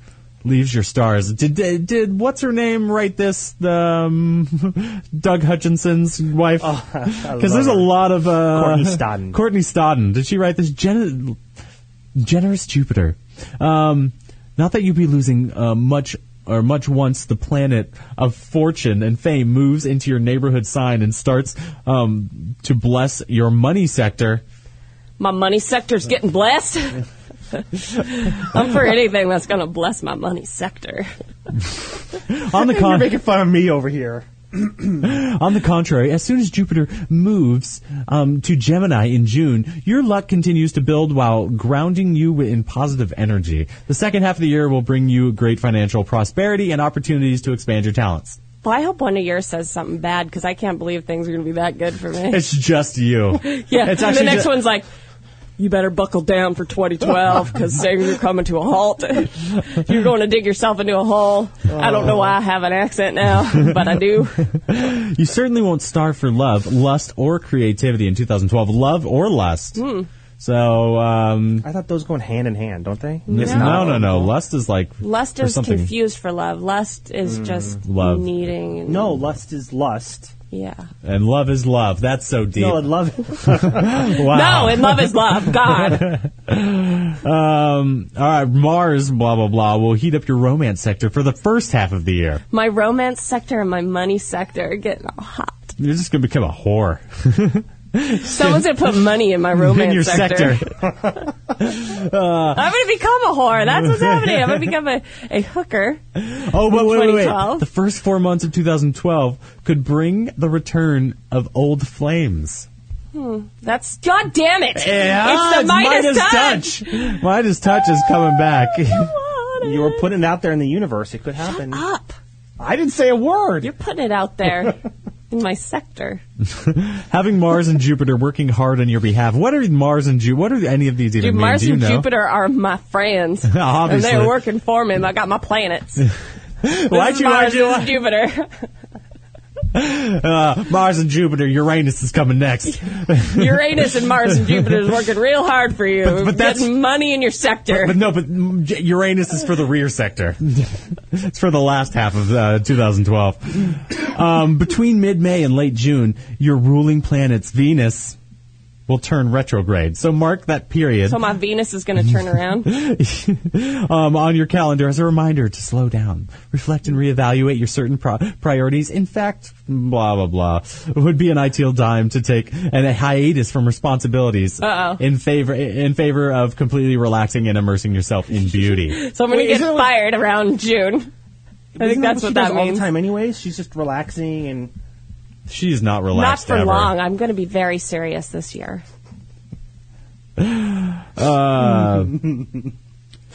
A: leaves your stars. Did did, did what's her name write this? Um, <laughs> Doug Hutchinson's wife, <laughs> because
C: Oh, I
A: there's a
C: love her.
A: lot of uh,
C: Courtney Stodden.
A: <laughs> Courtney Stodden. Did she write this? Gen- generous Jupiter. Um, not that you'd be losing uh, much or much once the planet of fortune and fame moves into your neighborhood sign and starts um, to bless your money sector.
B: my money sector's getting blessed. <laughs> I'm for anything that's going to bless my money sector.
A: On
C: <laughs>
A: the
C: You're
A: con-
C: making fun of me over here.
A: on the contrary, as soon as Jupiter moves um, to Gemini in June, your luck continues to build while grounding you in positive energy. The second half of the year will bring you great financial prosperity and opportunities to expand your talents.
B: Well, I hope one of yours says something bad because I can't believe things are going to be that good for me.
A: It's just you.
B: <laughs> Yeah,
A: It's
B: and
A: actually
B: the next
A: ju-
B: one's like, you better buckle down for
A: <laughs>
B: 2012 because things are coming to a halt. <laughs> You're going to dig yourself into a hole. I don't
A: Oh.
B: know why I have an
A: <laughs>
B: accent now, but I do.
A: You certainly won't starve for love, lust, or creativity in 2012. Love or lust.
B: Hmm.
A: So, um,
C: I thought those going hand in hand, don't they?
A: no. no, no, Lust is like
B: Lust
A: or
B: is
A: something. Mm,
B: confused for love. Lust is just
A: Love.
B: needing. and-
C: No, lust is lust.
B: Yeah.
A: and love is love. That's so deep.
C: No, I love <laughs> it.
A: wow.
B: No, and love
A: <laughs>
B: is love. God.
A: um, all right, Mars, blah blah blah, will heat up your romance sector for the first half of the year.
B: My romance sector and my money sector are getting all hot.
A: You're just gonna become a whore <laughs>
B: Someone's going to put money in my romance
A: in your sector.
B: <laughs> I'm going to become a whore. That's what's happening. I'm going to become a, a hooker.
A: Oh, but wait, wait, wait.
B: 2012?
A: The first four months of 2012 could bring the return of old flames.
B: That's God damn it!
A: Yeah,
B: it's the Midas, touch.
A: touch. Midas touch is coming
B: <laughs>
A: back.
C: You were putting it out there in the universe. It could happen.
B: Up,
C: I didn't say a word.
B: you're putting it
A: <laughs>
B: out there in my sector.
A: Having Mars and Jupiter working hard on your behalf. What are Mars and Jupiter? What are any of these even
B: Dude,
A: mean?
B: Mars
A: Do you
B: and
A: know?
B: Jupiter are my friends,
A: <laughs>
B: and
A: Obviously.
B: they're
A: <laughs>
B: working for me. and I got my planets. This
A: Why'd
B: is
A: you- why'd
B: Mars,
A: you-
B: this is Jupiter.
A: Uh, Mars and Jupiter, Uranus is coming
B: <laughs>
A: next.
B: <laughs> Uranus and Mars and Jupiter is working real hard for you.
A: But- but that's-
B: getting money in your sector.
A: But no, but mm, J- Uranus is for the rear sector. it's for the last half of uh, 2012. Um, between mid-May and late June, your ruling planet's Venus will turn retrograde. So mark that period
B: <laughs> so my Venus is going to turn around.
A: um, on your calendar as a reminder to slow down, reflect, and reevaluate your certain pro- priorities. In fact, blah blah blah would be an ideal time to take an, a hiatus from responsibilities
B: Uh-oh.
A: in favor in favor of completely relaxing and immersing yourself in beauty.
B: So I'm going
C: Wait,
B: to get
C: isn't it like-
B: fired around June. I think
C: Isn't
B: that's
C: she
B: what
C: does
B: that
C: all
B: means.
C: the time, anyways. She's just relaxing and
A: She's not
B: Not
A: relaxed
B: for
A: ever.
B: long. I'm going to be very serious this year.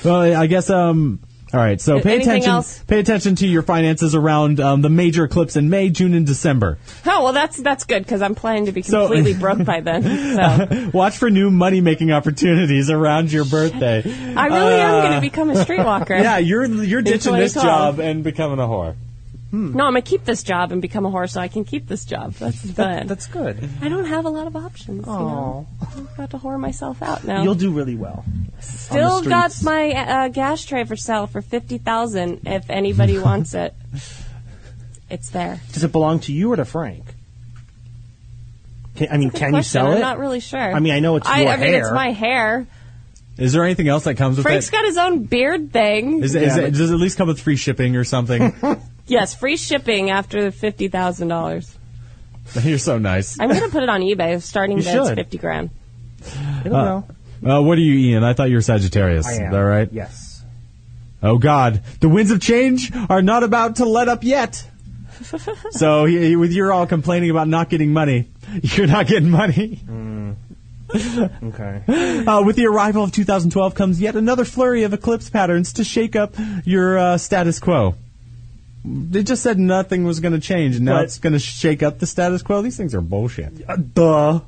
A: Well, I guess. Um, all right. So pay
B: Anything
A: attention.
B: else?
A: Pay attention to your finances around um, the major eclipse in May, June, and December.
B: Oh well, that's that's good because I'm planning to be
A: So-
B: completely broke
A: <laughs>
B: by then. So
A: Watch for new money making opportunities around your birthday.
B: I really am
C: Uh.
B: going to become a
C: <laughs>
B: streetwalker.
A: Yeah, you're you're ditching this
B: 2012.
A: job and becoming a whore.
B: No, I'm going to keep this job and become a whore so I can keep this job. That's the plan.
C: that's good.
B: I don't have a lot of options. You know? I've got to whore myself out now.
C: You'll do really well.
B: Still
C: on the
B: got
C: streets.
B: my uh, gas tray for sale for fifty thousand. If
C: <laughs>
B: anybody wants it, it's there.
C: Does it belong to you or to Frank? Can, I mean,
B: Good
C: can you
B: question.
C: sell
B: I'm
C: it?
B: not really sure.
C: I mean, I know it's
B: I,
C: your
B: I mean, it's
C: hair.
B: my hair.
A: Is there anything else that comes with
B: Frank's
A: it?
B: got his own beard thing.
A: Is, is it,
C: Yeah, but-
A: does it at least come with free shipping or
B: <laughs>
A: something? <laughs>
B: yes, free shipping after the fifty thousand dollars.
A: You're so nice.
B: I'm gonna put it on eBay. Starting
C: You
B: bid's
C: should.
B: fifty grand.
C: I don't know.
A: Uh, what are you, Ian? I thought you were Sagittarius.
C: I
A: Is
C: am.
A: that right?
C: <gasps> Yes.
A: Oh God, the winds of change are not about to let up yet. so he, he- with you're all complaining about not getting money, <laughs> you're not getting money.
C: Okay.
A: Uh, with the arrival of 2012 comes yet another flurry of eclipse patterns to shake up your uh, status quo. They just said nothing was going to change, and now
C: But-
A: it's going to shake up the status quo. These things are bullshit.
C: Uh, duh.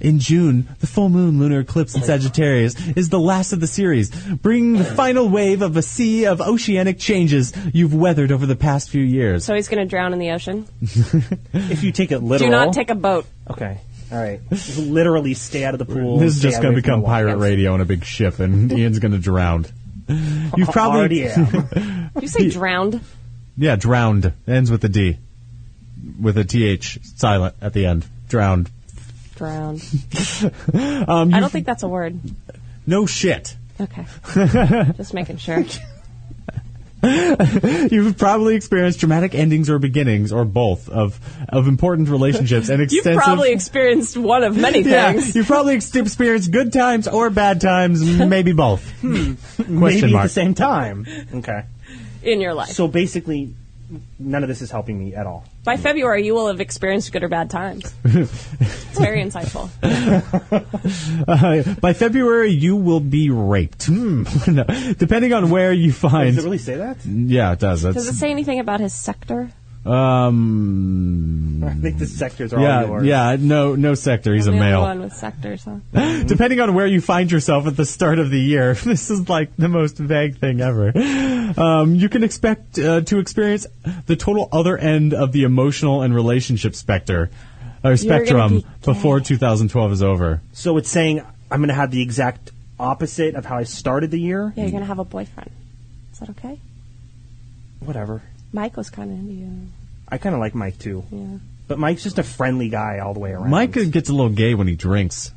A: In June, the full moon lunar eclipse in Sagittarius is the last of the series, bringing the final wave of a sea of oceanic changes you've weathered over the past few years.
B: So he's gonna drown in the ocean.
C: If you take it
B: Do
C: literal.
B: not take a boat.
C: Okay. All right. Just literally stay out of the pool.
A: This is
C: stay
A: just
C: away
A: going to
C: from
A: become
C: the water.
A: pirate radio on a big ship, and Ian's going to drown. You've probably
C: Already am.
B: Did you say drowned?
A: <laughs> Yeah, drowned. Ends with a D. With a TH silent at the end. Drowned.
B: Drowned.
A: <laughs> Um,
B: I don't think that's a word.
A: No shit. <laughs>
B: Okay. Just making sure.
A: You've probably experienced dramatic endings or beginnings or both of of important relationships
B: <laughs>
A: and
B: You've
A: extensive
B: probably experienced one of
A: <laughs>
B: many
A: yeah,
B: things.
A: you've probably ex- experienced good times or bad times, maybe
C: <laughs>
A: both. <laughs> Question
C: Hmm. Maybe at
A: mark.
C: the same time. Okay.
B: in your life.
C: So basically, none of this is helping me at all.
B: By February, you will have experienced good or bad times. it's very insightful.
A: Uh, By February, you will be raped. Hmm. <laughs> No. Depending on where you
C: Does
A: find.
C: it really say that?
A: yeah, it does.
B: Does
A: It's,
B: it say anything about his sector?
A: um.
C: I think the sectors are all
A: Yeah,
C: yours.
A: yeah. No, no sector. He's a
B: I'm the only
A: male.
B: one with
A: <laughs>
B: sectors. Huh?
A: Depending on where you find yourself at the start of the year, <laughs> this is like the most vague thing ever. Um, you can expect uh, to experience the total other end of the emotional and relationship specter or spectrum
B: be gay.
A: before 2012 is over.
C: So it's saying I'm going to have the exact opposite of how I started the year.
B: Yeah, you're gonna have a boyfriend. Is that okay?
C: Whatever.
B: Mike was kind of into you.
C: I kind of like Mike too,
B: Yeah.
C: but Mike's just a friendly guy all the way around.
A: Mike gets a little gay when he drinks.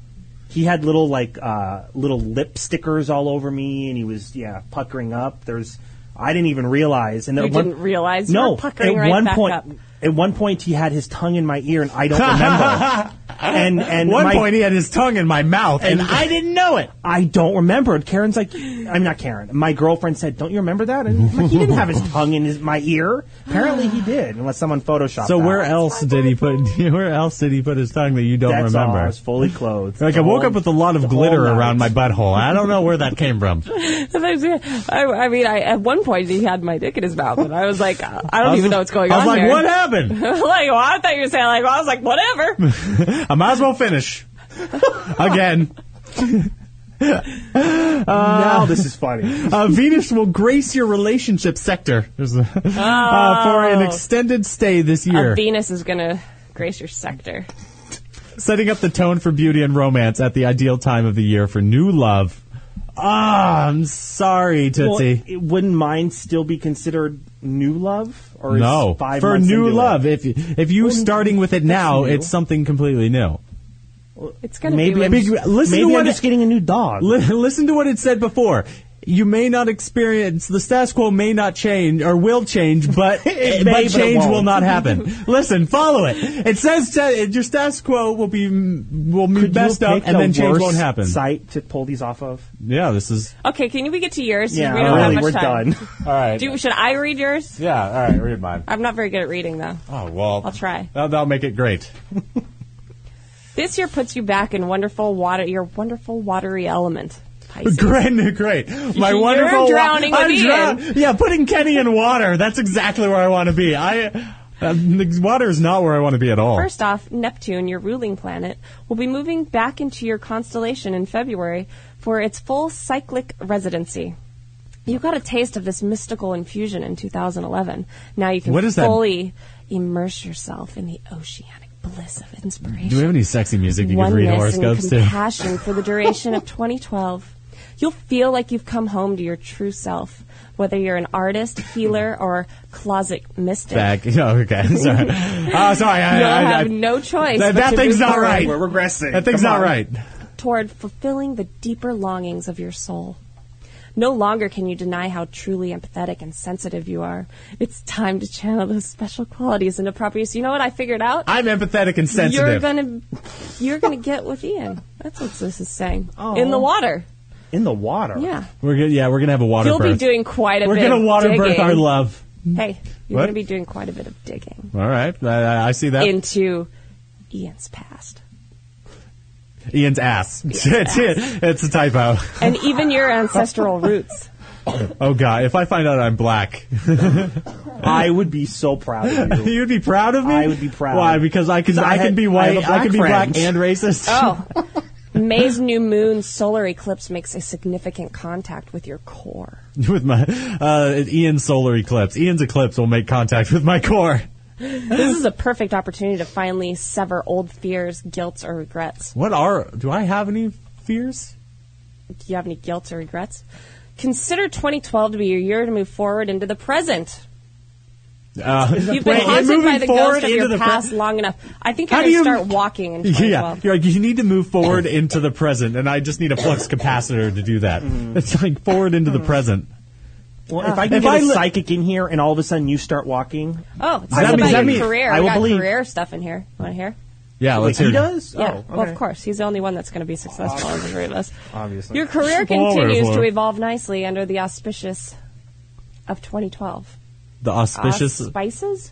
C: he had little like uh, little lip stickers all over me, and he was yeah puckering up. There's I didn't even realize, and
B: You
C: at one-
B: didn't realize you
C: no,
B: were puckering
C: at
B: right
C: one
B: back
C: point,
B: up.
C: at one point he had his tongue in my ear, and I
B: <laughs>
C: don't remember. and
A: At
C: and
A: one
C: Mike-
A: point, he had his tongue in my mouth, and, I didn't know it.
C: I don't remember. And Karen's like, I'm not Karen. My girlfriend said, "Don't you remember that?" And I'm like, he didn't have his tongue in his my ear. Apparently, he did, unless someone
A: <laughs>
C: photoshopped.
A: So
C: that.
A: where else did he put? <laughs> Where else did he put his tongue that you don't
C: That's all.
A: remember?
C: I was fully clothed.
A: Like I
C: The
A: woke
C: whole-
A: up with a lot
C: the
A: of
C: whole
A: glitter
C: night.
A: around my butthole. I don't know where that came
B: <laughs>
A: from.
B: Sometimes, yeah. <laughs> I, I mean, I, at one point he had my dick in his mouth, and I was like, I don't
A: I was-
B: even know what's going
A: I was
B: on.
A: like,
B: here.
A: what happened?
B: <laughs> like, well, I thought you were saying like, well, I was like, whatever.
A: I might as well finish again. <laughs>
C: now this is funny.
A: Uh, Venus will grace your relationship sector There's a- uh, for
C: Oh.
A: an extended stay this year,
B: A Venus is going to grace your sector.
A: setting up the tone for beauty and romance at the ideal time of the year for new love. Ah, I'm sorry,
C: Well,
A: Tootsie.
C: it- wouldn't mine still be considered new love? Or is
A: no,
C: five
A: for
C: months
A: new
C: into it?
A: love. If if you starting with it now,
C: new.
A: it's something completely new.
B: It's going to
C: Maybe
B: be
C: I'm
B: with-
A: Big- listen
C: Maybe
A: to what
C: I'm just
A: it-
C: getting a new dog.
A: Li- <laughs> listen to what it said before. You may not experience the status quo may not change or will change, <laughs> but
C: It may, but
A: but
C: it
A: change will
C: won't.
A: not <laughs> happen. listen, follow it. It says ta- your status quo will be will be
C: Could you
A: messed up,
C: pick
A: and
C: the
A: then change
C: worst
A: won't happen.
C: Site to pull these off of.
A: Yeah, this is
B: okay, can we get to yours?
C: Yeah,
B: we don't have
C: really,
B: much
C: we're
A: <laughs>
B: time.
C: done.
A: all right.
B: Do, should I read yours?
A: yeah, all right. Read mine.
B: I'm not very good at reading, though.
A: Oh well,
B: I'll try.
A: That'll, that'll make it great.
B: This year puts you back in wonderful water, your wonderful watery element.
A: <laughs>
B: Pisces.
A: Great,
B: <laughs>
A: great. My
B: You're
A: wonderful. wa-
B: drowning with
A: I'm
B: Ian.
A: drown- Yeah, putting Kenny in water. That's exactly where I want to be. I. Uh, water is not where I want to be at all.
B: First off, Neptune, your ruling planet, will be moving back into your constellation in February for its full cyclic residency. You got a taste of this mystical infusion in 2011. Now you can
A: What is that?
B: fully immerse yourself in the oceanic bliss of inspiration.
A: Do we have any sexy music you could read
B: oneness and
A: horoscopes to?
B: compassion for the duration of 2012. You'll feel like you've come home to your true self, whether you're an artist, healer, or closet
A: <laughs>
B: mystic.
A: Back. <laughs> Oh, okay. Sorry.
B: <laughs>
A: Oh, sorry. I,
B: You'll
A: I, I,
B: have no choice.
A: That-
B: but
A: that
B: to
A: thing's
B: move
A: not
B: forward
A: right.
C: We're regressing.
A: that thing's
C: Come
A: not
C: on.
A: right.
B: Toward fulfilling the deeper longings of your soul. No longer can you deny how truly empathetic and sensitive you are. It's time to channel those special qualities into proper use. You know what I figured out?
A: I'm empathetic and sensitive.
B: You're gonna, you're gonna get with Ian. That's what this is saying. In the water.
C: In the water.
B: Yeah.
A: We're gonna, yeah, we're gonna have a water
B: You'll
A: birth.
B: be doing quite a
A: we're
B: bit.
A: gonna
B: of
A: water
B: digging.
A: birth our love.
B: Hey, you're
A: What?
B: gonna be doing quite a bit of digging
A: All right, I, I- I see that.
B: into Ian's past
A: Ian's ass. <laughs> it's, it's a typo.
B: and even
A: <laughs>
B: your ancestral roots.
A: Oh god, if I find out I'm black, <laughs>
C: I would be so proud of you.
A: You'd be proud of me.
C: I would be proud.
A: Why? Because I can.
C: 'Cause I
A: I, can
C: had-
A: be
C: I
A: white.
C: have a
A: I, can be
C: black
A: black and
C: friend.
A: racist.
B: Oh. May's new moon solar eclipse makes a significant contact with your core.
A: <laughs> with my uh, Ian's solar eclipse. Ian's eclipse will make contact with my core.
B: This is a perfect opportunity to finally sever old fears, guilts, or regrets.
A: What are? Do I have any fears?
B: Do you have any guilts or regrets? Consider 2012 to be your year to move forward into the present.
A: Uh,
B: You've been
A: wait, and
B: haunted
A: moving
B: by the
A: forward
B: ghost of
A: into
B: your
A: the
B: past
A: pre-
B: long enough. I think you're
A: How
B: going
A: do
B: to
A: you-
B: start walking in
A: yeah,
B: 2012.
A: you're like you need to move forward into the present, and I just need a flux capacitor to do that.
B: Mm-hmm.
A: It's like forward into the present.
C: Well, if I can
A: If
C: get
A: I
C: a
A: li-
C: psychic in here and all of a sudden you start walking,
B: Oh, it's
C: I
B: about
C: will
B: your
C: believe.
B: career.
C: I
B: we
C: will
B: got
C: believe.
B: career stuff in here. Want to hear?
A: Yeah,
C: like
A: let's
C: he
A: hear.
C: does.
B: yeah,
C: Oh,
B: well,
C: okay.
B: of course. He's the only one that's going to be successful of the three of us.
C: Obviously.
B: Your career
A: Spoiler
B: continues to
A: alert.
B: evolve nicely under the auspicious of 2012.
A: The auspicious.
B: Spices?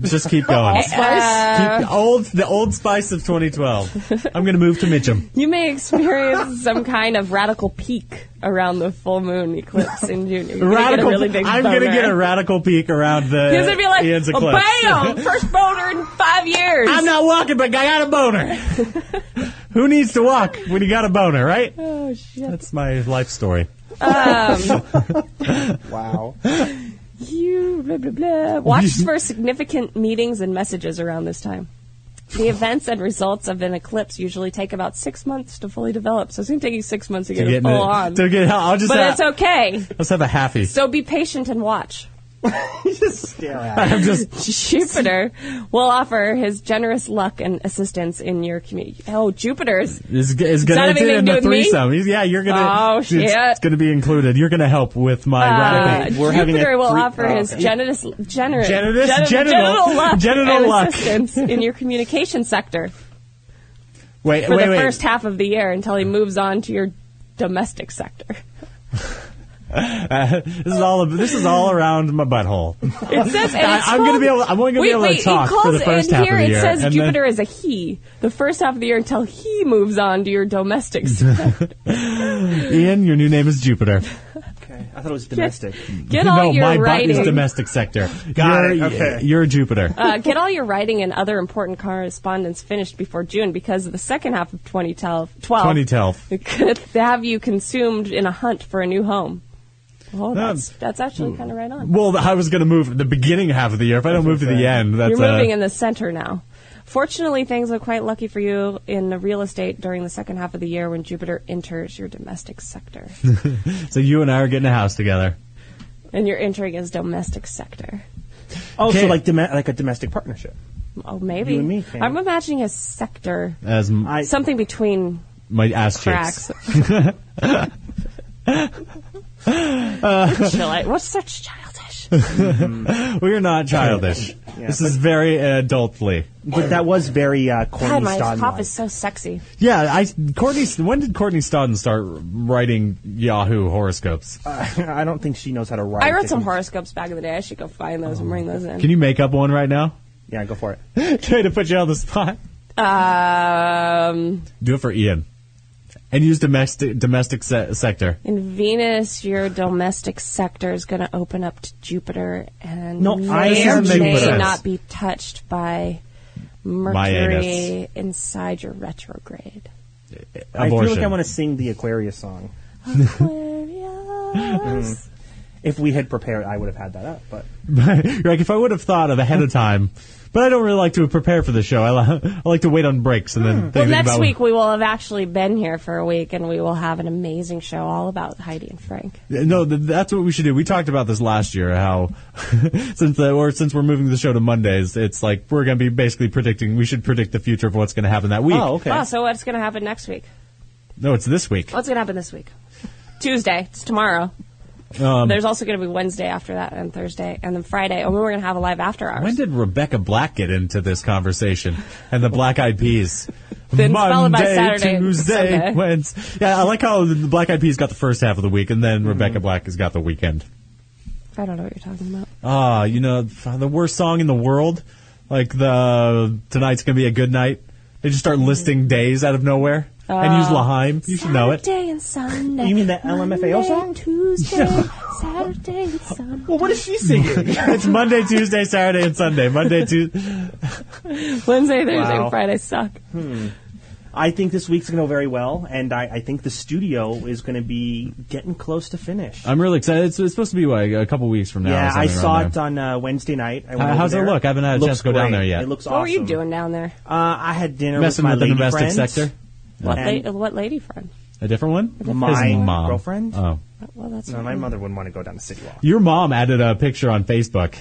A: just keep going.
B: <laughs> Uh,
A: Keep- old the old spice of 2012. I'm gonna move to Mitchum.
B: you may experience <laughs> some kind of radical peak around the full moon eclipse in June. <laughs> You're gonna get a
A: Radical.
B: really big
A: I'm gonna
B: boner.
A: get
B: <laughs>
A: a radical peek around the.
B: He's gonna be like,
A: Ian's
B: "Oh,
A: eclipse. <laughs>
B: bam! First boner in five years.
A: I'm not walking, but I got a
B: <laughs>
A: boner. Who needs to walk when you got a boner, right?
B: Oh shit!
A: That's my life story.
C: Wow.
B: You blah blah blah. Watch
A: <laughs>
B: for significant meetings and messages around this time. The events and results of an eclipse usually take about six months to fully develop, so it's gonna take you six months to get it
A: Getting
B: full
A: it-
B: on.
A: to get- I'll just
B: but
A: have,
B: it's okay.
A: let's have a happy.
B: So be patient and watch.
C: Just stare at it.
A: <laughs> I'm just
B: Jupiter will offer his generous luck and assistance in your community. Oh, Jupiter's
A: is, is
B: that
A: gonna it's
B: anything to
A: in
B: do
A: the
B: with me?
A: threesome. He's- Yeah, you're gonna.
B: Oh,
A: it's,
B: shit.
A: It's gonna be included. You're gonna help with my
B: Uh,
A: radical.
C: We're having a
B: Jupiter will
A: uh,
C: three-
B: offer
C: oh,
B: his
C: okay.
B: generous, generous,
A: Genitus,
B: geni-
A: genital,
B: genital luck,
A: genital
B: and
A: luck.
B: assistance in your
A: <laughs>
B: communication sector
A: Wait,
B: for
A: wait,
B: the
A: wait.
B: first half of the year until he moves on to your domestic sector.
A: This is all. This is all around my butthole.
B: It says, <laughs> and it's
A: I- I'm gonna
B: called-
A: be able- I'm only gonna be
B: wait,
A: able to
B: wait,
A: talk
B: it calls
A: for the first
B: in
A: half of
B: here,
A: the year,
B: It says
A: and then-
B: Jupiter is a he. The first half of the year until he
A: <laughs>
B: moves on to your domestic sector.
A: Ian, your new name is Jupiter.
C: Okay. I thought
B: <laughs>
C: it was domestic.
B: Get all
A: no,
B: your
A: my butt
B: writing.
A: is domestic sector.
C: Got it,
A: you're,
C: okay.
A: You're Jupiter.
B: uh, get all your writing and other important correspondence finished before June because the second half of 2012
A: Twenty telf.
B: could have you consumed in a hunt for a new home. Oh, that's,
A: That's-
B: that's actually kind of right on.
A: Well, I was going to move the beginning half of the year. If I don't move to the end, that's
B: You're
A: uh,
B: moving in the center now. Fortunately, things look quite lucky for you in the real estate during the second half of the year when Jupiter enters your domestic sector.
A: so you and I are getting a house together.
B: and you're entering his domestic sector.
C: Also,
A: Okay.
C: Oh, like dom- like a domestic partnership.
B: Oh, maybe.
C: You and me, Karen.
B: I'm imagining a sector,
A: As m-
C: I
B: something between
A: my ass cheeks.
B: cracks. Chill out. What's such childish?
A: We are not childish. this is very adultly.
C: but that was very uh,
B: God,
C: Courtney
B: my
C: Stodden.
B: pop is so sexy.
A: Yeah, I Courtney. When did Courtney Stodden start writing Yahoo horoscopes?
C: I <laughs> don't think she knows how to write.
B: I wrote some
C: Dickens.
B: horoscopes back in the day. I should go find those and bring those in.
A: Can you make up one right now?
C: Yeah, go for
A: <laughs>
C: it.
A: Try to put you on the spot.
B: um,
A: Do it for Ian, and use domestic domestic se- sector.
B: in Venus, your domestic sector is going to open up to Jupiter, and
C: No, I
B: may
C: am
B: or may
A: Jupiter.
B: not be touched by Mercury
A: anus.
B: inside your retrograde.
A: Abortion.
C: I feel like I want to sing the Aquarius song.
B: Aquarius.
C: If we had prepared, I would have had that up. But
A: You're like, if I would have thought of <laughs> ahead of time, but I don't really like to prepare for the show. I, li- <laughs> I like to wait on breaks and then think
B: Well, next
A: about
B: week we will have actually been here for a week, and we will have an amazing show all about Heidi and Frank.
A: No, th- that's what we should do. We talked about this last year. How <laughs> since the, or since we're moving the show to Mondays, it's like we're going to be basically predicting. We should predict the future of what's going to happen that week.
C: oh, okay.
B: Wow, so what's going to happen next week?
A: No, it's this week.
B: What's going to happen this week? Tuesday. It's tomorrow.
A: Um,
B: There's also going to be Wednesday after that, and Thursday, and then Friday. And we're going to have a live after hours.
A: when did Rebecca Black get into this conversation and the Black Eyed Peas?
B: Then followed by
A: Monday,
B: Saturday, Sunday.
A: Tuesday, Wednesday. Yeah, I like how the Black Eyed Peas got the first half of the week, and
B: Mm-hmm.
A: then Rebecca Black has got the weekend.
B: I don't know what you're talking about.
A: Ah, you know f- the worst song in the world. Like the tonight's gonna be a good night. They just
C: Mm-hmm.
A: start listing days out of nowhere and
C: Oh.
A: use Laheim. You should know it.
B: Saturday and Sunday.
C: You mean that LMFAO
B: Monday,
C: song? <laughs>
B: Tuesday, Saturday and Sunday.
C: well, what is she singing?
A: It's Monday, Tuesday, Saturday, and Sunday. Monday, Tuesday.
B: Wednesday, Thursday,
C: Wow.
B: and Friday suck.
C: <laughs> I think this week's going to go very well, and I, I think the studio is going to be getting close to finish.
A: I'm really excited. It's, it's supposed to be like a couple weeks from now.
C: yeah,
A: or
C: I
A: Uh, something
C: saw
A: around
C: it
A: there.
C: on uh, Wednesday night. I went
A: How-
C: over
A: how's it
C: there.
A: look? I haven't had a
C: Looks
A: chance to go down
C: great.
A: there yet.
C: It looks
B: What were you
C: awesome.
B: doing down there?
C: Uh, I had dinner
A: Messing
C: with my
A: with the
C: lady
A: domestic
C: friends.
A: sector.
B: What,
C: And-
B: la- what lady friend?
A: A different one.
C: My
A: His mom.
C: girlfriend?
A: Oh,
B: Well, that's
C: No, Uh, my mother wouldn't want to go down to City Walk.
A: your mom added a picture on Facebook,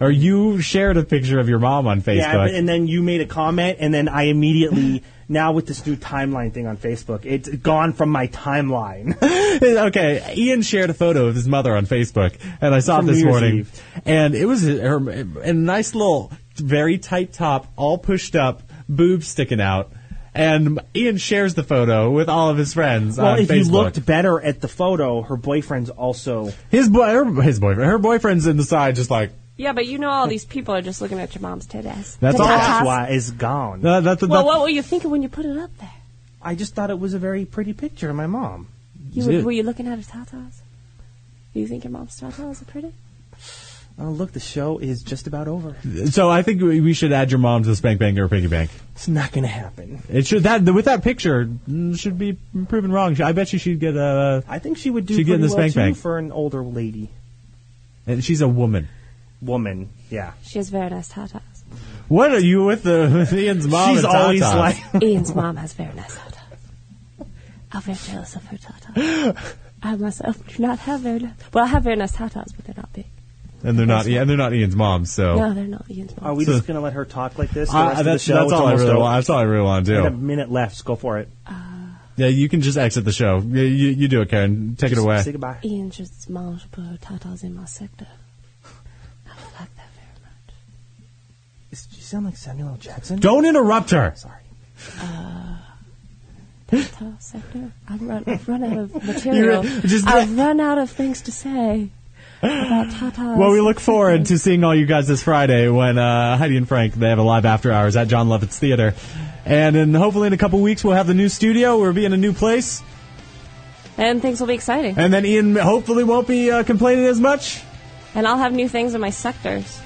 A: or you shared a picture of your mom on Facebook.
C: Yeah, but, and then you made a comment, and then I
A: <laughs>
C: immediately now with this new timeline thing on Facebook, it's gone from my timeline.
A: <laughs> okay, Ian shared a photo of his mother on Facebook, and I saw it
C: From
A: this
C: New Year's
A: morning,
C: Eve.
A: and it was her in a nice little, very tight top, all pushed up, boobs sticking out, and Ian shares the photo with all of his friends
C: well,
A: on
C: <laughs> if
A: Facebook.
C: you looked better at the photo, her boyfriend's also.
A: his boy, her, his boyfriend, her boyfriend's in the side, just like
B: Yeah, but you know all these people are just looking at your mom's titties.
A: That's all-
B: Tatas.
C: That's why is gone.
A: "Uh, that's, that's
B: Well, what were you thinking when you put it up there?
C: I just thought it was a very pretty picture of my mom.
B: You
A: Dude.
B: were, were you looking at her tatas? Do you think your mom's tatas are pretty?
C: Oh, look, the show is just about over.
A: So I think we we should add your mom to the spank bank or piggy bank.
C: It's not going to happen.
A: It should that with that picture mm, should be proven wrong. I bet you she'd get a.
C: I think she would do
A: She'd get in
C: pretty
A: the spank
C: well too
A: bank.
C: for an older lady,
A: And she's a woman.
C: woman. Yeah,
B: She has very nice tatas.
A: <laughs> What are you with the with Ian's mom?
C: she's
A: and Tata?
C: always like.
B: Ian's mom has very nice tatas. I'm very jealous of her tatas.
A: <laughs>
B: I myself do not have very nice. Well, I have very nice tatas, but they're not big.
A: and they're not. Yeah, and they're not Ian's mom. So
B: No, they're not Ian's mom.
C: Are we
A: So-
C: just going to let her talk like this? The
A: I-
C: rest
A: that's
C: of the show
A: that's
C: It's
A: all I
C: almost
A: really
C: over.
A: want. That's all I really want to
C: We got a
A: do.
C: minute left. So go for it.
A: Yeah, you can just exit the show. Yeah, You, you do it, Karen. Take it
C: Say
A: away.
C: goodbye.
B: Ian just manges her tatas in my sector. I like that very much.
C: Does she sound like Samuel L. Jackson?
A: Don't interrupt her.
C: Sorry.
B: Tata sector. I've run, I've
A: <laughs>
B: run out of material.
A: You're- just- <laughs>
B: I've run out of things to say about tatas.
A: Well, we look forward to seeing all you guys this Friday when uh, Heidi and Frank they have a live after hours at John Lovett's Theater, and in, hopefully in a couple weeks we'll have the new studio. We'll be in a new place.
B: and things will be exciting.
A: And then Ian hopefully won't be uh, complaining as much.
B: And I'll have new things in my sectors.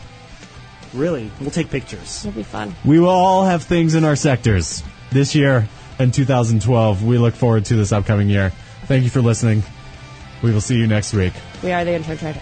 C: Really, we'll take pictures.
B: It'll be fun.
A: We will all have things in our sectors this year and 2012. We look forward to this upcoming year. Thank you for listening. We will see you next week.
B: We are the intro trader.